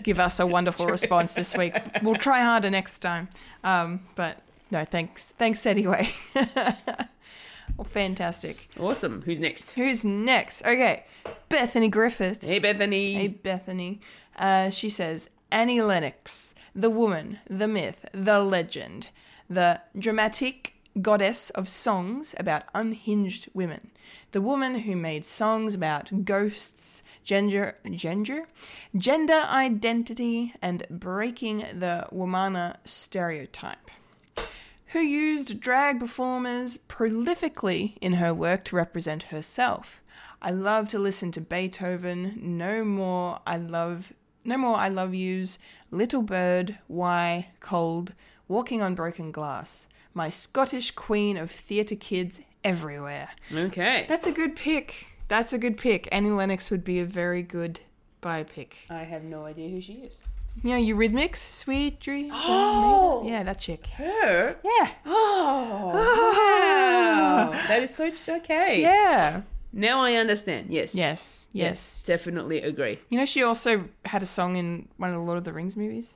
give us a wonderful response this week. We'll try harder next time. Um, but no, thanks. Thanks anyway. well, fantastic.
Awesome. Who's next?
Who's next? Okay, Bethany Griffiths.
Hey, Bethany.
Hey, Bethany. Uh, she says Annie Lennox, the woman, the myth, the legend, the dramatic goddess of songs about unhinged women, the woman who made songs about ghosts, gender, gender, gender identity, and breaking the womana stereotype who used drag performers prolifically in her work to represent herself. I love to listen to Beethoven, No More I Love No More I Love Yous, Little Bird, Why, Cold, Walking on Broken Glass. My Scottish queen of theatre kids everywhere.
Okay.
That's a good pick. That's a good pick. Annie Lennox would be a very good biopic.
I have no idea who she is.
You know, Eurythmics, Sweet Dreams. Oh! Yeah, that chick.
Her?
Yeah.
Oh, wow. that is so okay.
Yeah.
Now I understand. Yes.
Yes, yes.
Definitely agree.
You know, she also had a song in one of the Lord of the Rings movies.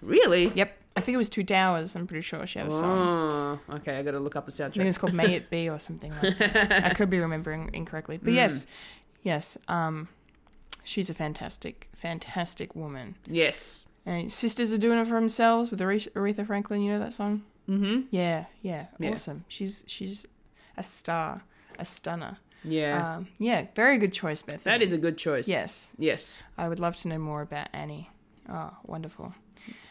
Really?
Yep, I think it was Two Towers. I'm pretty sure she had a song.
Oh, okay. I got to look up the
I think
soundtrack.
it was called May It Be or something. like that. I could be remembering incorrectly, but yes, yes. Um, she's a fantastic, fantastic woman.
yes.
And sisters are doing it for themselves with Are- Aretha Franklin. You know that song? Mm-hmm. Yeah, yeah, Awesome. She's she's a star, a stunner.
Yeah.
Um, yeah, very good choice, Beth.
that is a good choice.
yes.
Yes.
I would love to know more about Annie. Oh, wonderful.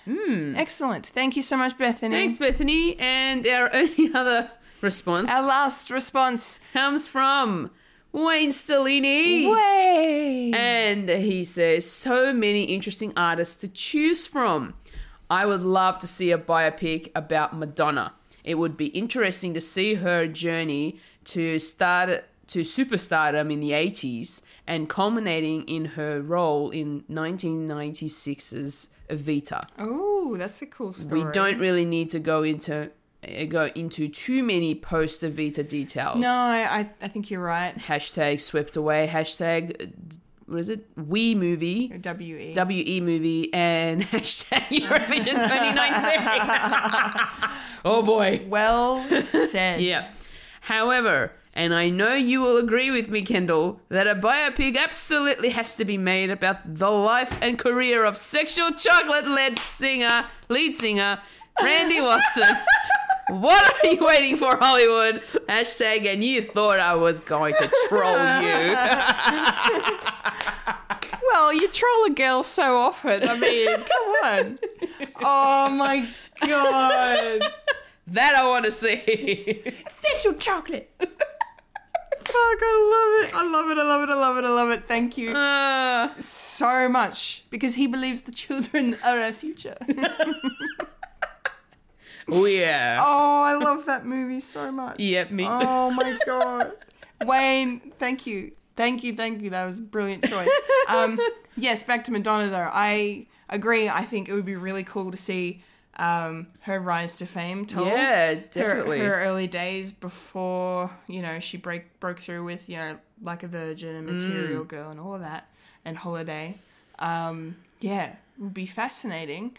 Excellent. Thank you so much, Bethany.
Hmm. Thanks, Bethany. And our only other response
Our last response.
comes from Wayne Stellini.
Way.
And he says, so many interesting artists to choose from. I would love to see a biopic about Madonna. It would be interesting to see her journey to start to superstardom in the 80s and culminating in her role in 1996's Evita.
Oh, that's a cool story.
We don't really need to go into uh, go into too many post Evita details
No, I, I think you're right.
hashtag swept away hashtag what is it? We movie.
W E.
WE movie and hashtag Eurovision 2019. oh boy.
Well said.
Yeah. However, and I know you will agree with me, Kendall, that a biopic absolutely has to be made about the life and career of sexual chocolate led singer, lead singer, Randy Watson. What are you waiting for, Hollywood? Hashtag, and you thought I was going to troll you.
Well, you troll a girl so often. I mean, come on. Oh my god.
That I want to see.
Sexual chocolate. Fuck, I love it. I love it. I love it. I love it. I love it. Thank you
Uh,
so much because he believes the children are our future.
oh, yeah.
Oh, I love that movie so much.
Yep, me too.
Oh my god, Wayne, thank you, thank you, thank you. That was a brilliant choice. Um, yes, back to Madonna though. I agree. I think it would be really cool to see um, her rise to fame told.
Yeah,
Her-
definitely.
Her, early days before you know she break broke through with you know like a virgin and material
Mm.
girl and all of that and holiday. Um, yeah, would be fascinating.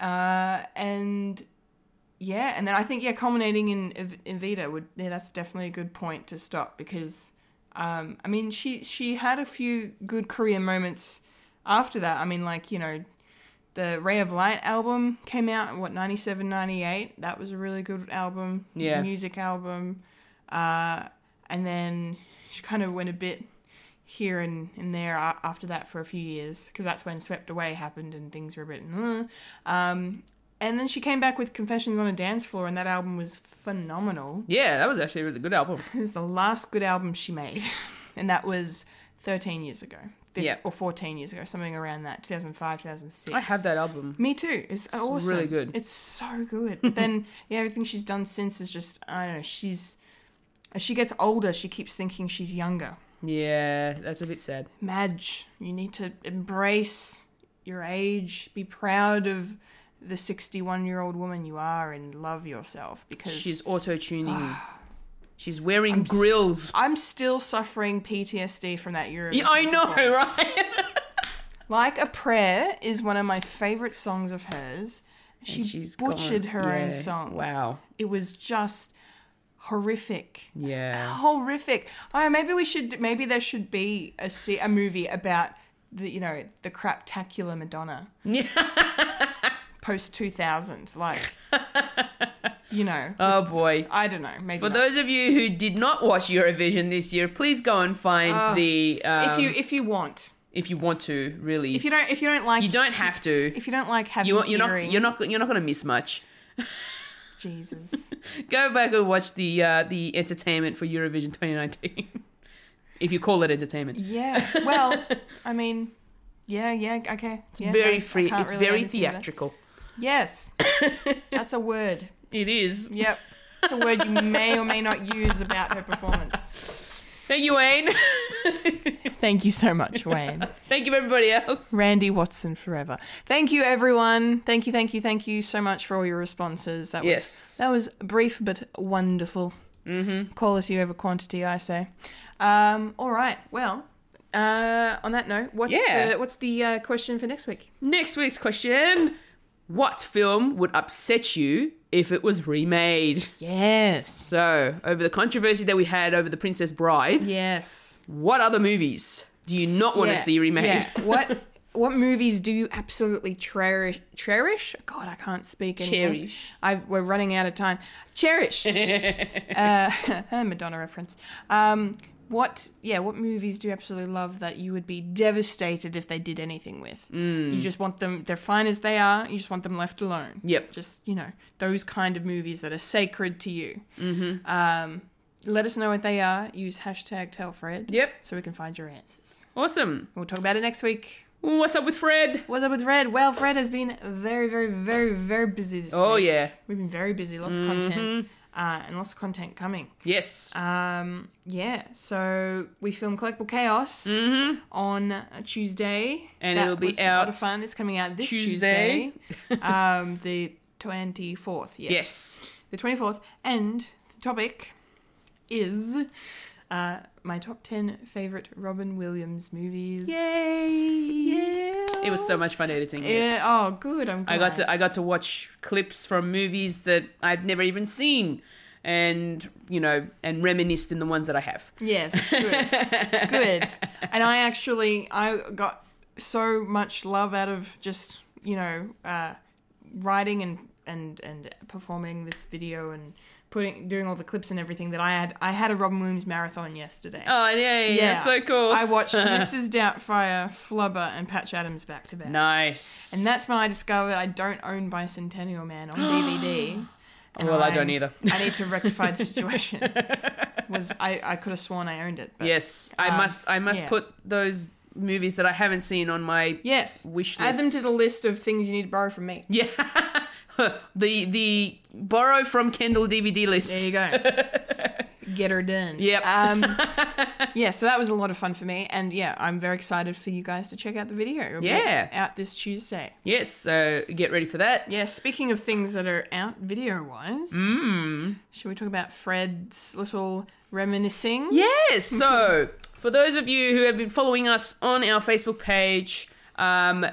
Uh, and yeah, and then I think yeah, culminating in Ev- Evita would yeah, that's definitely a good point to stop because um, I mean she she had a few good career moments after that. I mean like you know the Ray of Light album came out in what 97 98. That was a really good album,
Yeah.
music album. Uh, and then she kind of went a bit here and, and there a- after that for a few years because that's when Swept Away happened and things were a bit. "Uh." Um, and then she came back with Confessions on a Dance Floor, and that album was phenomenal.
Yeah, that was actually a really good album.
This is the last good album she made, and that was 13 years ago. fif-
Yeah.
Or 14 years ago, something around that, 2005, 2006.
I have that album.
Me too. It's, awesome.
really good.
It's so good. But then yeah, everything she's done since is just I don't know. She's as she gets older, she keeps thinking she's younger.
Yeah, that's a bit sad.
Madge, you need to embrace your age. Be proud of the sixty-one-year-old woman you are, and love yourself because
She's auto tuning. She's wearing grills.
I'm still suffering PTSD from that Eurovision.
Yeah, I know,
performance.
right?
Like a Prayer is one of my favorite songs of hers. She
She's
butchered
gone-
her
yeah,
own song.
Wow.
It was just horrific.
Yeah.
horrific. Oh, maybe we should. Maybe there should be a se- a movie about the you know the craptacular Madonna. Post two thousand, like you know,
Oh boy.
I don't know. Maybe
For
not.
those of you who did not watch Eurovision this year, please go and find the um,
if you Ah. if you want,
if you want to really.
if you don't if you don't like
you don't have to.
if you don't like having
you want, you're not
hearing-
you're not you're not going to miss much.
Jesus.
Go back and watch the uh, the entertainment for Eurovision 2019. if you call it entertainment.
Yeah. Well, I mean, yeah, yeah, okay. It's
very free. It's very theatrical.
Yes, that's a word.
It is.
Yep. It's a word you may or may not use about her performance.
Thank you, Wayne.
Thank you so much, Wayne.
Thank you, everybody else.
Randy Watson forever. Thank you, everyone. Thank you, thank you, thank you so much for all your responses. That was
Yes.
that was brief but wonderful. Mm-hmm. Quality over quantity, I say. Um, all right. Well, uh, on that note, what's
Yeah.
the, what's the uh, question for next week?
Next week's question What film would upset you if it was remade?
Yes.
So, over the controversy that we had over The Princess Bride,
Yes.
what other movies do you not want to see remade?
Yeah. What what movies do you absolutely cherish? Cherish? God, I can't speak. Anymore.
Cherish.
I've, we're running out of time. Cherish. uh, Madonna reference. Um, what? Yeah. What movies do you absolutely love that you would be devastated if they did anything with?
Hmm.
You just want them. They're fine as they are. You just want them left alone.
Yep.
Just you know those kind of movies that are sacred to you. Mm-hmm. Um, let us know what they are. Use hashtag TellFred.
Yep.
So we can find your answers.
Awesome.
We'll talk about it next week.
What's up with Fred?
What's up with Fred? Well, Fred has been very, very, very, very busy this
Oh,
week.
yeah. Mm-hmm.
We've been very busy, lots of content, uh, and lots of content coming.
Yes.
Um, yeah, so we film Collectible Chaos on a Tuesday.
Mm-hmm. And
That
it'll be
was a lot
out
of fun. It's coming out this
Tuesday.
Tuesday, um, the 24th. Yes.
yes.
The 24th. And the topic is uh, my top 10 favorite Robin Williams movies.
Yay!
Yeah.
It was so much fun editing. it.
Yeah. Oh, good. I'm glad.
I got to I got to watch clips from movies that I've never even seen, and you know, and reminisced in the ones that I have.
Yes, good. good. And I actually I got so much love out of just, you know, uh, writing and and and performing this video and putting doing all the clips and everything that I had I had a Robin Williams marathon yesterday.
Oh yeah, yeah, that's so cool.
I watched Mrs. Doubtfire, Flubber and Patch Adams back to back.
nice.
And that's when I discovered I don't own Bicentennial Man on DVD. And
Well, I don't either.
I need to rectify the situation. Was I, I could have sworn I owned it. But
yes, I must I must
yeah.
put those movies that I haven't seen on my
Yes.
Wish
Add them
list.
to the list of things you need to borrow from me.
yeah. the the borrow from Kendall DVD list.
There you go. Get her done.
Yep.
Um, yeah, so that was a lot of fun for me. And yeah, I'm very excited for you guys to check out the video. It'll be
Yeah.
out this Tuesday.
Yes, so get ready for that.
Yeah, speaking of things that are out video wise,
Mm.
should we talk about Fred's little reminiscing?
Yes. So, for those of you who have been following us on our Facebook page, um,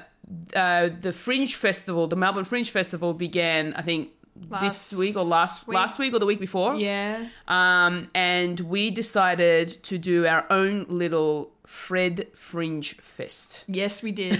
uh, the Fringe Festival, the Melbourne Fringe Festival, began. I think
Last
this week or last
week.
last week or the week before.
Yeah.
Um, and we decided to do our own little Fred Fringe Fest.
Yes, we did.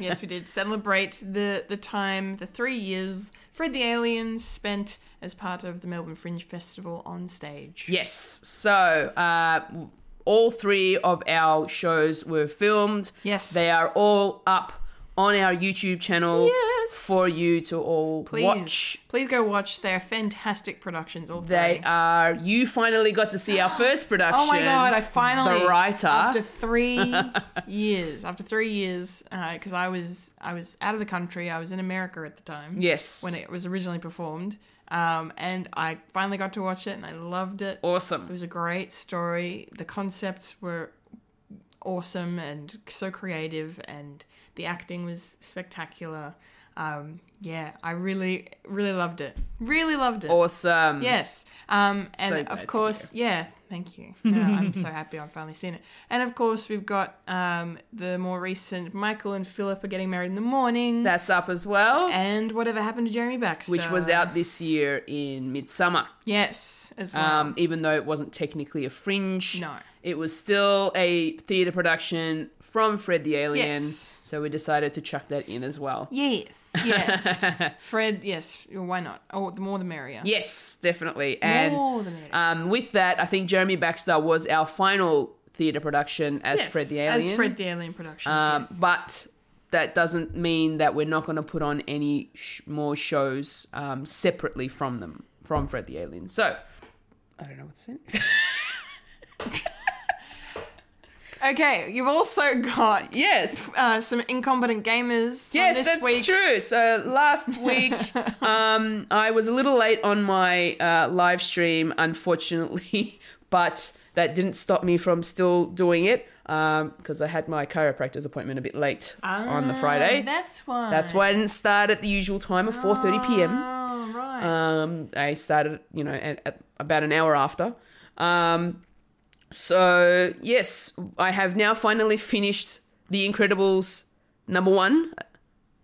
yes, we did celebrate the the time, the three years Fred the Alien spent as part of the Melbourne Fringe Festival on stage.
Yes. So, uh, w- all three of our shows were filmed.
Yes.
They are all up on our YouTube channel
Yes.
for you to all
Please,
watch.
please go watch. They are fantastic productions. All
They
three.
are. You finally got to see our first production.
Oh my god! I finally
The writer.
after three years. After three years, because I was I was out of the country. I was in America at the time.
yes.
when it was originally performed. Um, and I finally got to watch it, and I loved it. It
awesome.
was a great story. The concepts were awesome and so creative, and the acting was spectacular. Um, yeah, I really, really loved it. Really loved it.
Awesome.
Yes. Um, and
So glad to
of course, yeah, thank you. No, I'm so happy I've finally seen it. And of course, we've got um, the more recent Michael and Philip are getting married in the morning.
That's up as well,
and uh, whatever happened to Jeremy Baxter,
which was out this year in midsummer.
Yes, as well.
Um, even though it wasn't technically a fringe,
No.
it was still a theater production from Fred the Alien.
Yes.
So we decided to chuck that in as well.
Yes, yes. Fred, yes. Why not? Oh, the more the merrier.
Yes, definitely. And
More the merrier.
um, with that, I think Jeremy Baxter was our final theater production as
Yes,
Fred the Alien.
As Fred the Alien Productions.
Um,
yes.
But that doesn't mean that we're not going to put on any sh- more shows um, separately from them, from Fred the Alien. So, I don't know what's in.
okay, you've also got
yes.
uh, some incompetent gamers. from
Yes,
this
that's
week.
true. So last week, um, I was a little late on my uh, live stream, unfortunately, but that didn't stop me from still doing it because I had my chiropractor's appointment a bit late on the Friday.
Ah, Um, That's why.
That's why I didn't start at the usual time of 4:30 p.m.
Oh right.
Um, I started, you know, at, at about an hour after. Um, so yes, I have now finally finished The Incredibles number one,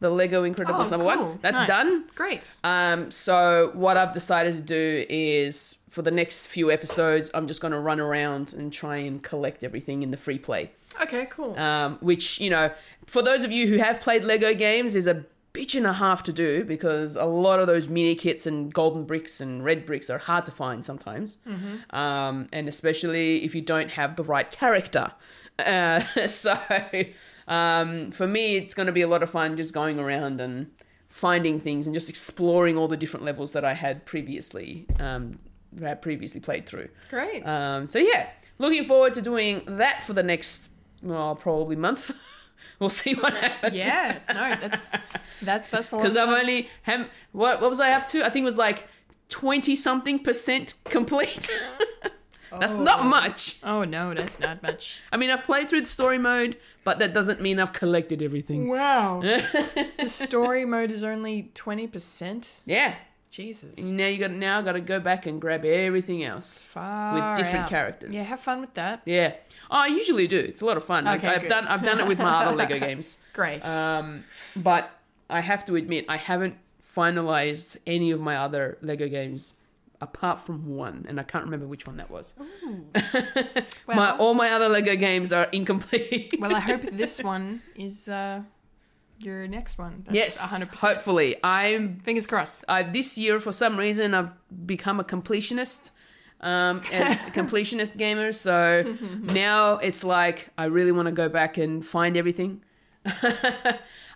the Lego Incredibles number
Oh, cool.
one. That's
Nice.
done.
Great.
Um, so what I've decided to do is for the next few episodes, I'm just going to run around and try and collect everything in the free play
okay, cool.
um, which you know for those of you who have played lego games is a bitch and a half to do because a lot of those mini kits and golden bricks and red bricks are hard to find sometimes um, and especially if you don't have the right character uh, so um, for me it's going to be a lot of fun just going around and finding things and just exploring all the different levels that i had previously um, had previously played through
Great.
um, so yeah, looking forward to doing that for the next well, probably month. we'll see what happens.
yeah. No, that's that, that's all.
because I've only ham- what what was I up to? I think it was like twenty something percent complete. That's not much.
Oh no, that's not much.
I mean, I've played through the story mode, but that doesn't mean I've
Mm.
collected everything.
Wow. the story mode is only twenty percent.
Yeah.
Jesus.
Now you got now got to go back and grab everything else
Far
with different
out.
characters.
Yeah, have fun with that.
Yeah. Oh, I usually do. It's a lot of fun. Like,
Okay,
I've
good.
done I've done it with my other Lego games.
Great.
Um, but I have to admit I haven't finalized any of my other Lego games apart from one, and I can't remember which one that was. my
Well-
all my other Lego games are incomplete.
well, I hope this one is uh, your next one. That's
yes,
100%.
hopefully I'm
Fingers crossed.
I, Uh, this year for some reason I've become a completionist, um, and a completionist gamer. So now it's like I really want to go back and find everything.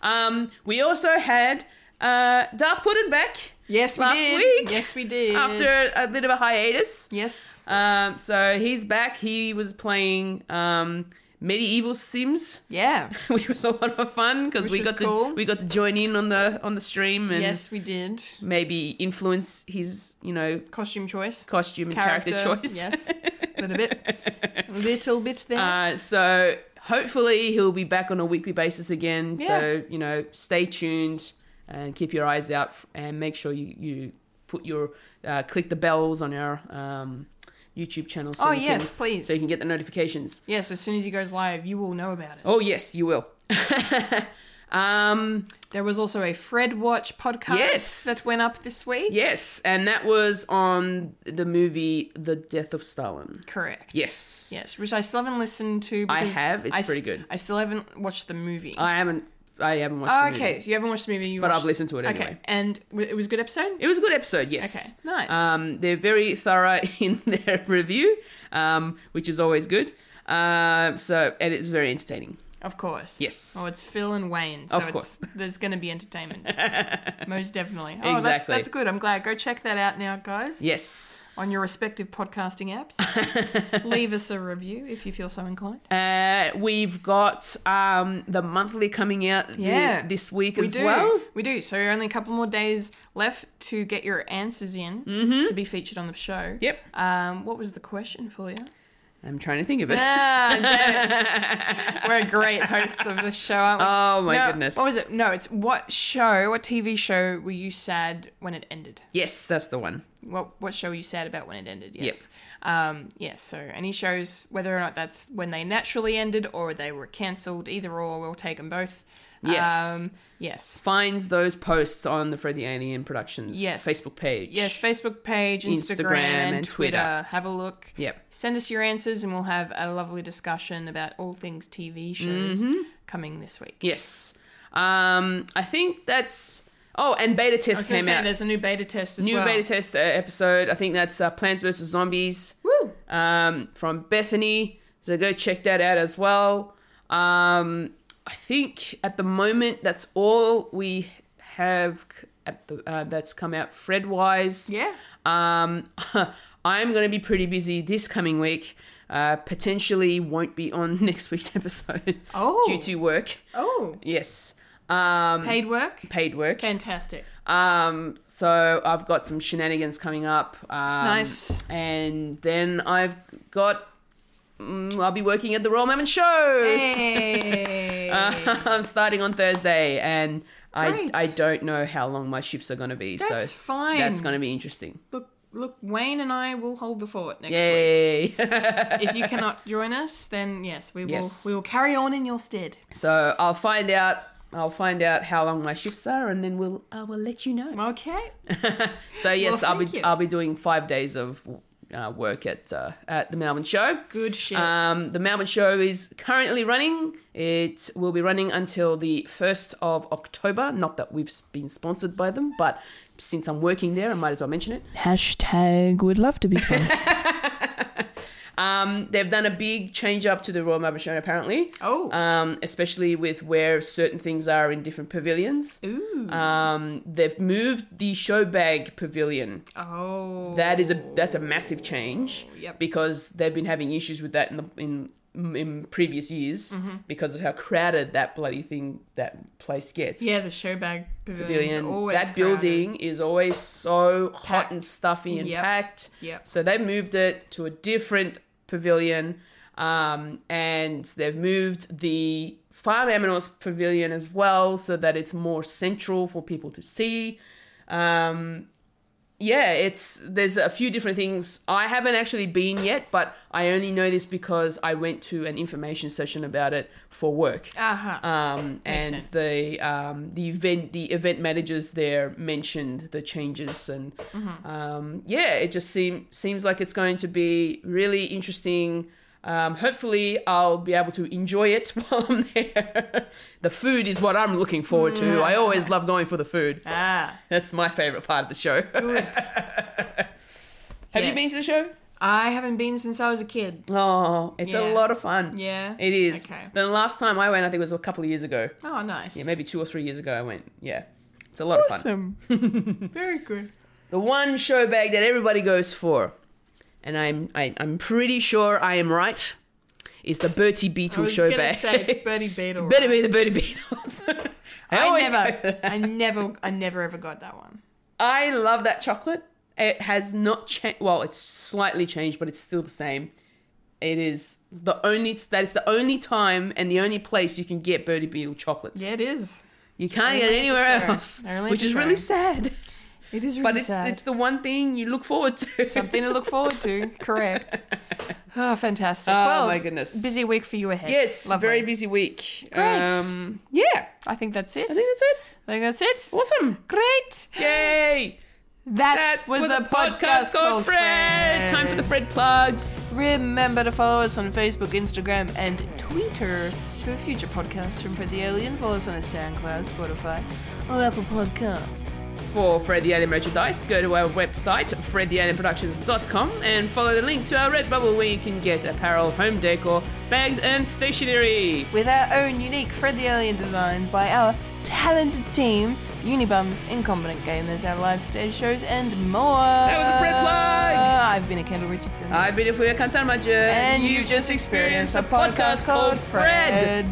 um, we also had uh, Darth Puddin back
Yes, we
last
did.
week
Yes, we did.
after a bit of a hiatus.
Yes.
Um, so he's back. He was playing um, medieval Sims
Yeah.
which was a lot of fun because
Which
we
was
got
cool.
to we got to join in on the on the stream and
yes, we did.
maybe influence his you know
Costume choice.
costume and character, choice.
Yes. A little bit. little bit there.
Uh, so hopefully he'll be back on a weekly basis again.
Yeah.
So you know, stay tuned and keep your eyes out f- and make sure you you put your uh, click the bells on our um, YouTube channel. So
Oh,
you
yes,
can,
please.
So you can get the notifications.
yes, as soon as he goes live, you will know about it.
Oh yes, you will. um,
There was also a Fred Watch podcast
Yes.
that went up this week.
yes, and that was on the movie The Death of Stalin.
Correct.
Yes.
Yes, which I still haven't listened to.
I
because
have. It's
I s-
pretty good.
I still haven't watched the movie.
I haven't. I haven't watched.
Oh,
the
okay,
movie,
so you haven't watched the movie. You
but
watched...
I've listened to it anyway.
Okay, and w- it was a good episode.
It was a good episode, yes.
Okay, nice.
Um, they're very thorough in their review, um, which is always good. Um, so, and it's very entertaining.
Of course.
Yes.
Oh, it's Phil and Wayne. So
Of
it's-
course.
there's going to be entertainment. Most definitely. Oh, that's,
Exactly.
that's good. I'm glad. Go check that out now, guys.
Yes.
On your respective podcasting apps. Leave us a review if you feel so inclined.
Uh, we've got um, the monthly coming out th-
Yeah.
this week
we
as
do.
well.
We do. So only a couple more days left to get your answers in to be featured on the show.
Mm-hmm. Yep.
Um, what was the question for you?
I'm trying to think of it.
Ah, damn it. We're great hosts of the show, aren't we?
Oh, my
No,
goodness.
What was it? No, it's what show, what TV show were you sad when it ended?
Yes, that's the one.
What what show were you sad about when it ended? Yes. Um, yeah, so any shows, whether or not that's when they naturally ended or they were cancelled, either or, we'll take them both.
Yes.
Um, yes.
Finds those posts on the Freddy Alien Productions
Yes.
Facebook page.
Yes, Facebook page, Instagram,
Instagram
and,
and
Twitter.
Twitter.
Have a look.
Yep.
Send us your answers, and we'll have a lovely discussion about all things TV shows
Mm-hmm.
coming this week.
Yes. Um, I think that's. Oh, and
I
beta test
was gonna
came
say,
out.
There's a new beta test as
New
well.
beta test uh, episode. I think that's uh, Plants vs Zombies.
Woo!
um, from Bethany. So go check that out as well. Um, I think at the moment that's all we have c- at the uh, that's come out Fred wise.
Yeah.
Um, I'm going to be pretty busy this coming week. Uh, potentially won't be on next week's episode
Oh.
due to work.
Oh,
Yes. Um,
paid work.
paid work.
Fantastic.
Um, so I've got some shenanigans coming up. Um,
Nice.
And then I've got. mm, I'll be working at the Royal Mammon Show.
Hey.
I'm starting on Thursday, and I
Great.
I don't know how long my shifts are going to be.
That's
so
fine.
That's going to be interesting.
look, look, Wayne and I will hold the fort next week.
Yay!
If you cannot join us, then yes, we will.
Yes.
We will carry on in your stead.
so I'll find out. I'll find out how long my shifts are, and then we'll I will let you know.
Okay.
So yes, I'll be
thank you.
I'll be doing five days of uh, work at uh, at the Melbourne Show.
Good shit.
Um, the Melbourne Show is currently running. It will be running until the 1st of October. Not that we've been sponsored by them, but since I'm working there, I might as well mention it.
Hashtag would love to be sponsored.
Um, they've done a big change up to the Royal Melbourne Show, apparently.
Oh.
Um, especially with where certain things are in different pavilions.
Ooh.
Um, they've moved the show bag pavilion.
oh.
That is a that's a massive change
Yep.
because they've been having issues with that in the in in previous years
Mm-hmm.
because of how crowded that bloody thing that place gets.
Yeah, the showbag pavilion.
Pavilion.
Always
That
crowded.
building is always so hot and stuffy and
Yep.
packed.
Yep.
So they moved it to a different pavilion, um, and they've moved the farm animals pavilion as well, so that it's more central for people to see. Um, yeah, it's there's a few different things. I haven't actually been yet, but I only know this because I went to an information session about it for work.
Uh-huh.
Um,
Makes
and
sense.
the um, the event the event managers there mentioned the changes and um, yeah, it just seem, seems like it's going to be really interesting. Um, hopefully, I'll be able to enjoy it while I'm there. the food is what I'm looking forward to. I always love going for the food.
ah,
That's my favorite part of the show. Have
good.
you
Yes.
been to the show?
I haven't been since I was a kid.
Oh, it's
Yeah.
a lot of fun.
Yeah?
It is.
Okay.
The last time I went, I think it was a couple of years ago.
Oh, nice.
Yeah, maybe two or three years ago I went. Yeah. It's a lot of fun.
Awesome. Very good.
The one show bag that everybody goes for, and I'm I, I'm pretty sure I am right, is the Bertie
I
Beetle
was
show
gonna
bag.
say it's Bertie Beetle.
Better be the Bertie Beetles. I,
I
always go for
never,
that.
I never, I never ever got that one.
I love that chocolate. It has not changed. Well, it's slightly changed, but it's still the same. It is the only that is the only time and the only place you can get Birdie Beetle chocolates.
Yeah, it is.
You can't
Only
get
at the
anywhere
fair.
else,
Only at
which
the
is
fair.
really sad.
It is really
But it's
sad.
it's the one thing you look forward to.
Something to look forward to. Correct. Oh, fantastic.
Oh,
well,
my goodness.
Busy week for you ahead.
Yes,
Lovely.
very busy week.
Great.
Um, yeah,
I think that's it.
I think that's it.
I think that's it.
Awesome.
Great.
Yay!
That
That's
was
with
a podcast called Friends.
Time for the Fred plugs.
Remember to follow us on Facebook, Instagram, and Twitter for future podcasts from Fred the Alien. Follow us on a SoundCloud, Spotify, or Apple Podcasts.
For Fred the Alien merchandise, go to our website, fredthealienproductions.com, and follow the link to our Redbubble where you can get apparel, home decor, bags, and stationery.
With our own unique Fred the Alien designs by our talented team, Unibums, Incompetent Gamers, our live stage shows, and more. That
was a Fred plug.
I've been a Kendall Richardson.
I've been Ifuya Kantarmaja,
and you've just experienced a podcast called Fred.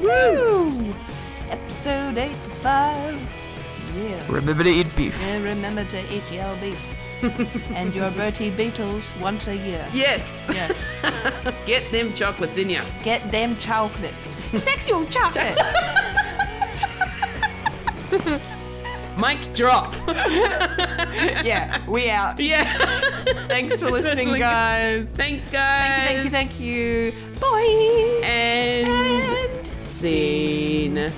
Woo! Episode 85. Yeah.
Remember to eat beef.
And remember to eat your beef. and your Bertie Beetles once a year.
Yes.
Yeah.
Get them chocolates in ya.
Get them chocolates. Sexual chocolate.
Mic drop.
yeah, we out.
yeah.
Thanks for listening,
Definitely.
guys.
Thanks, guys.
Thank you, thank you. Bye.
And, scene.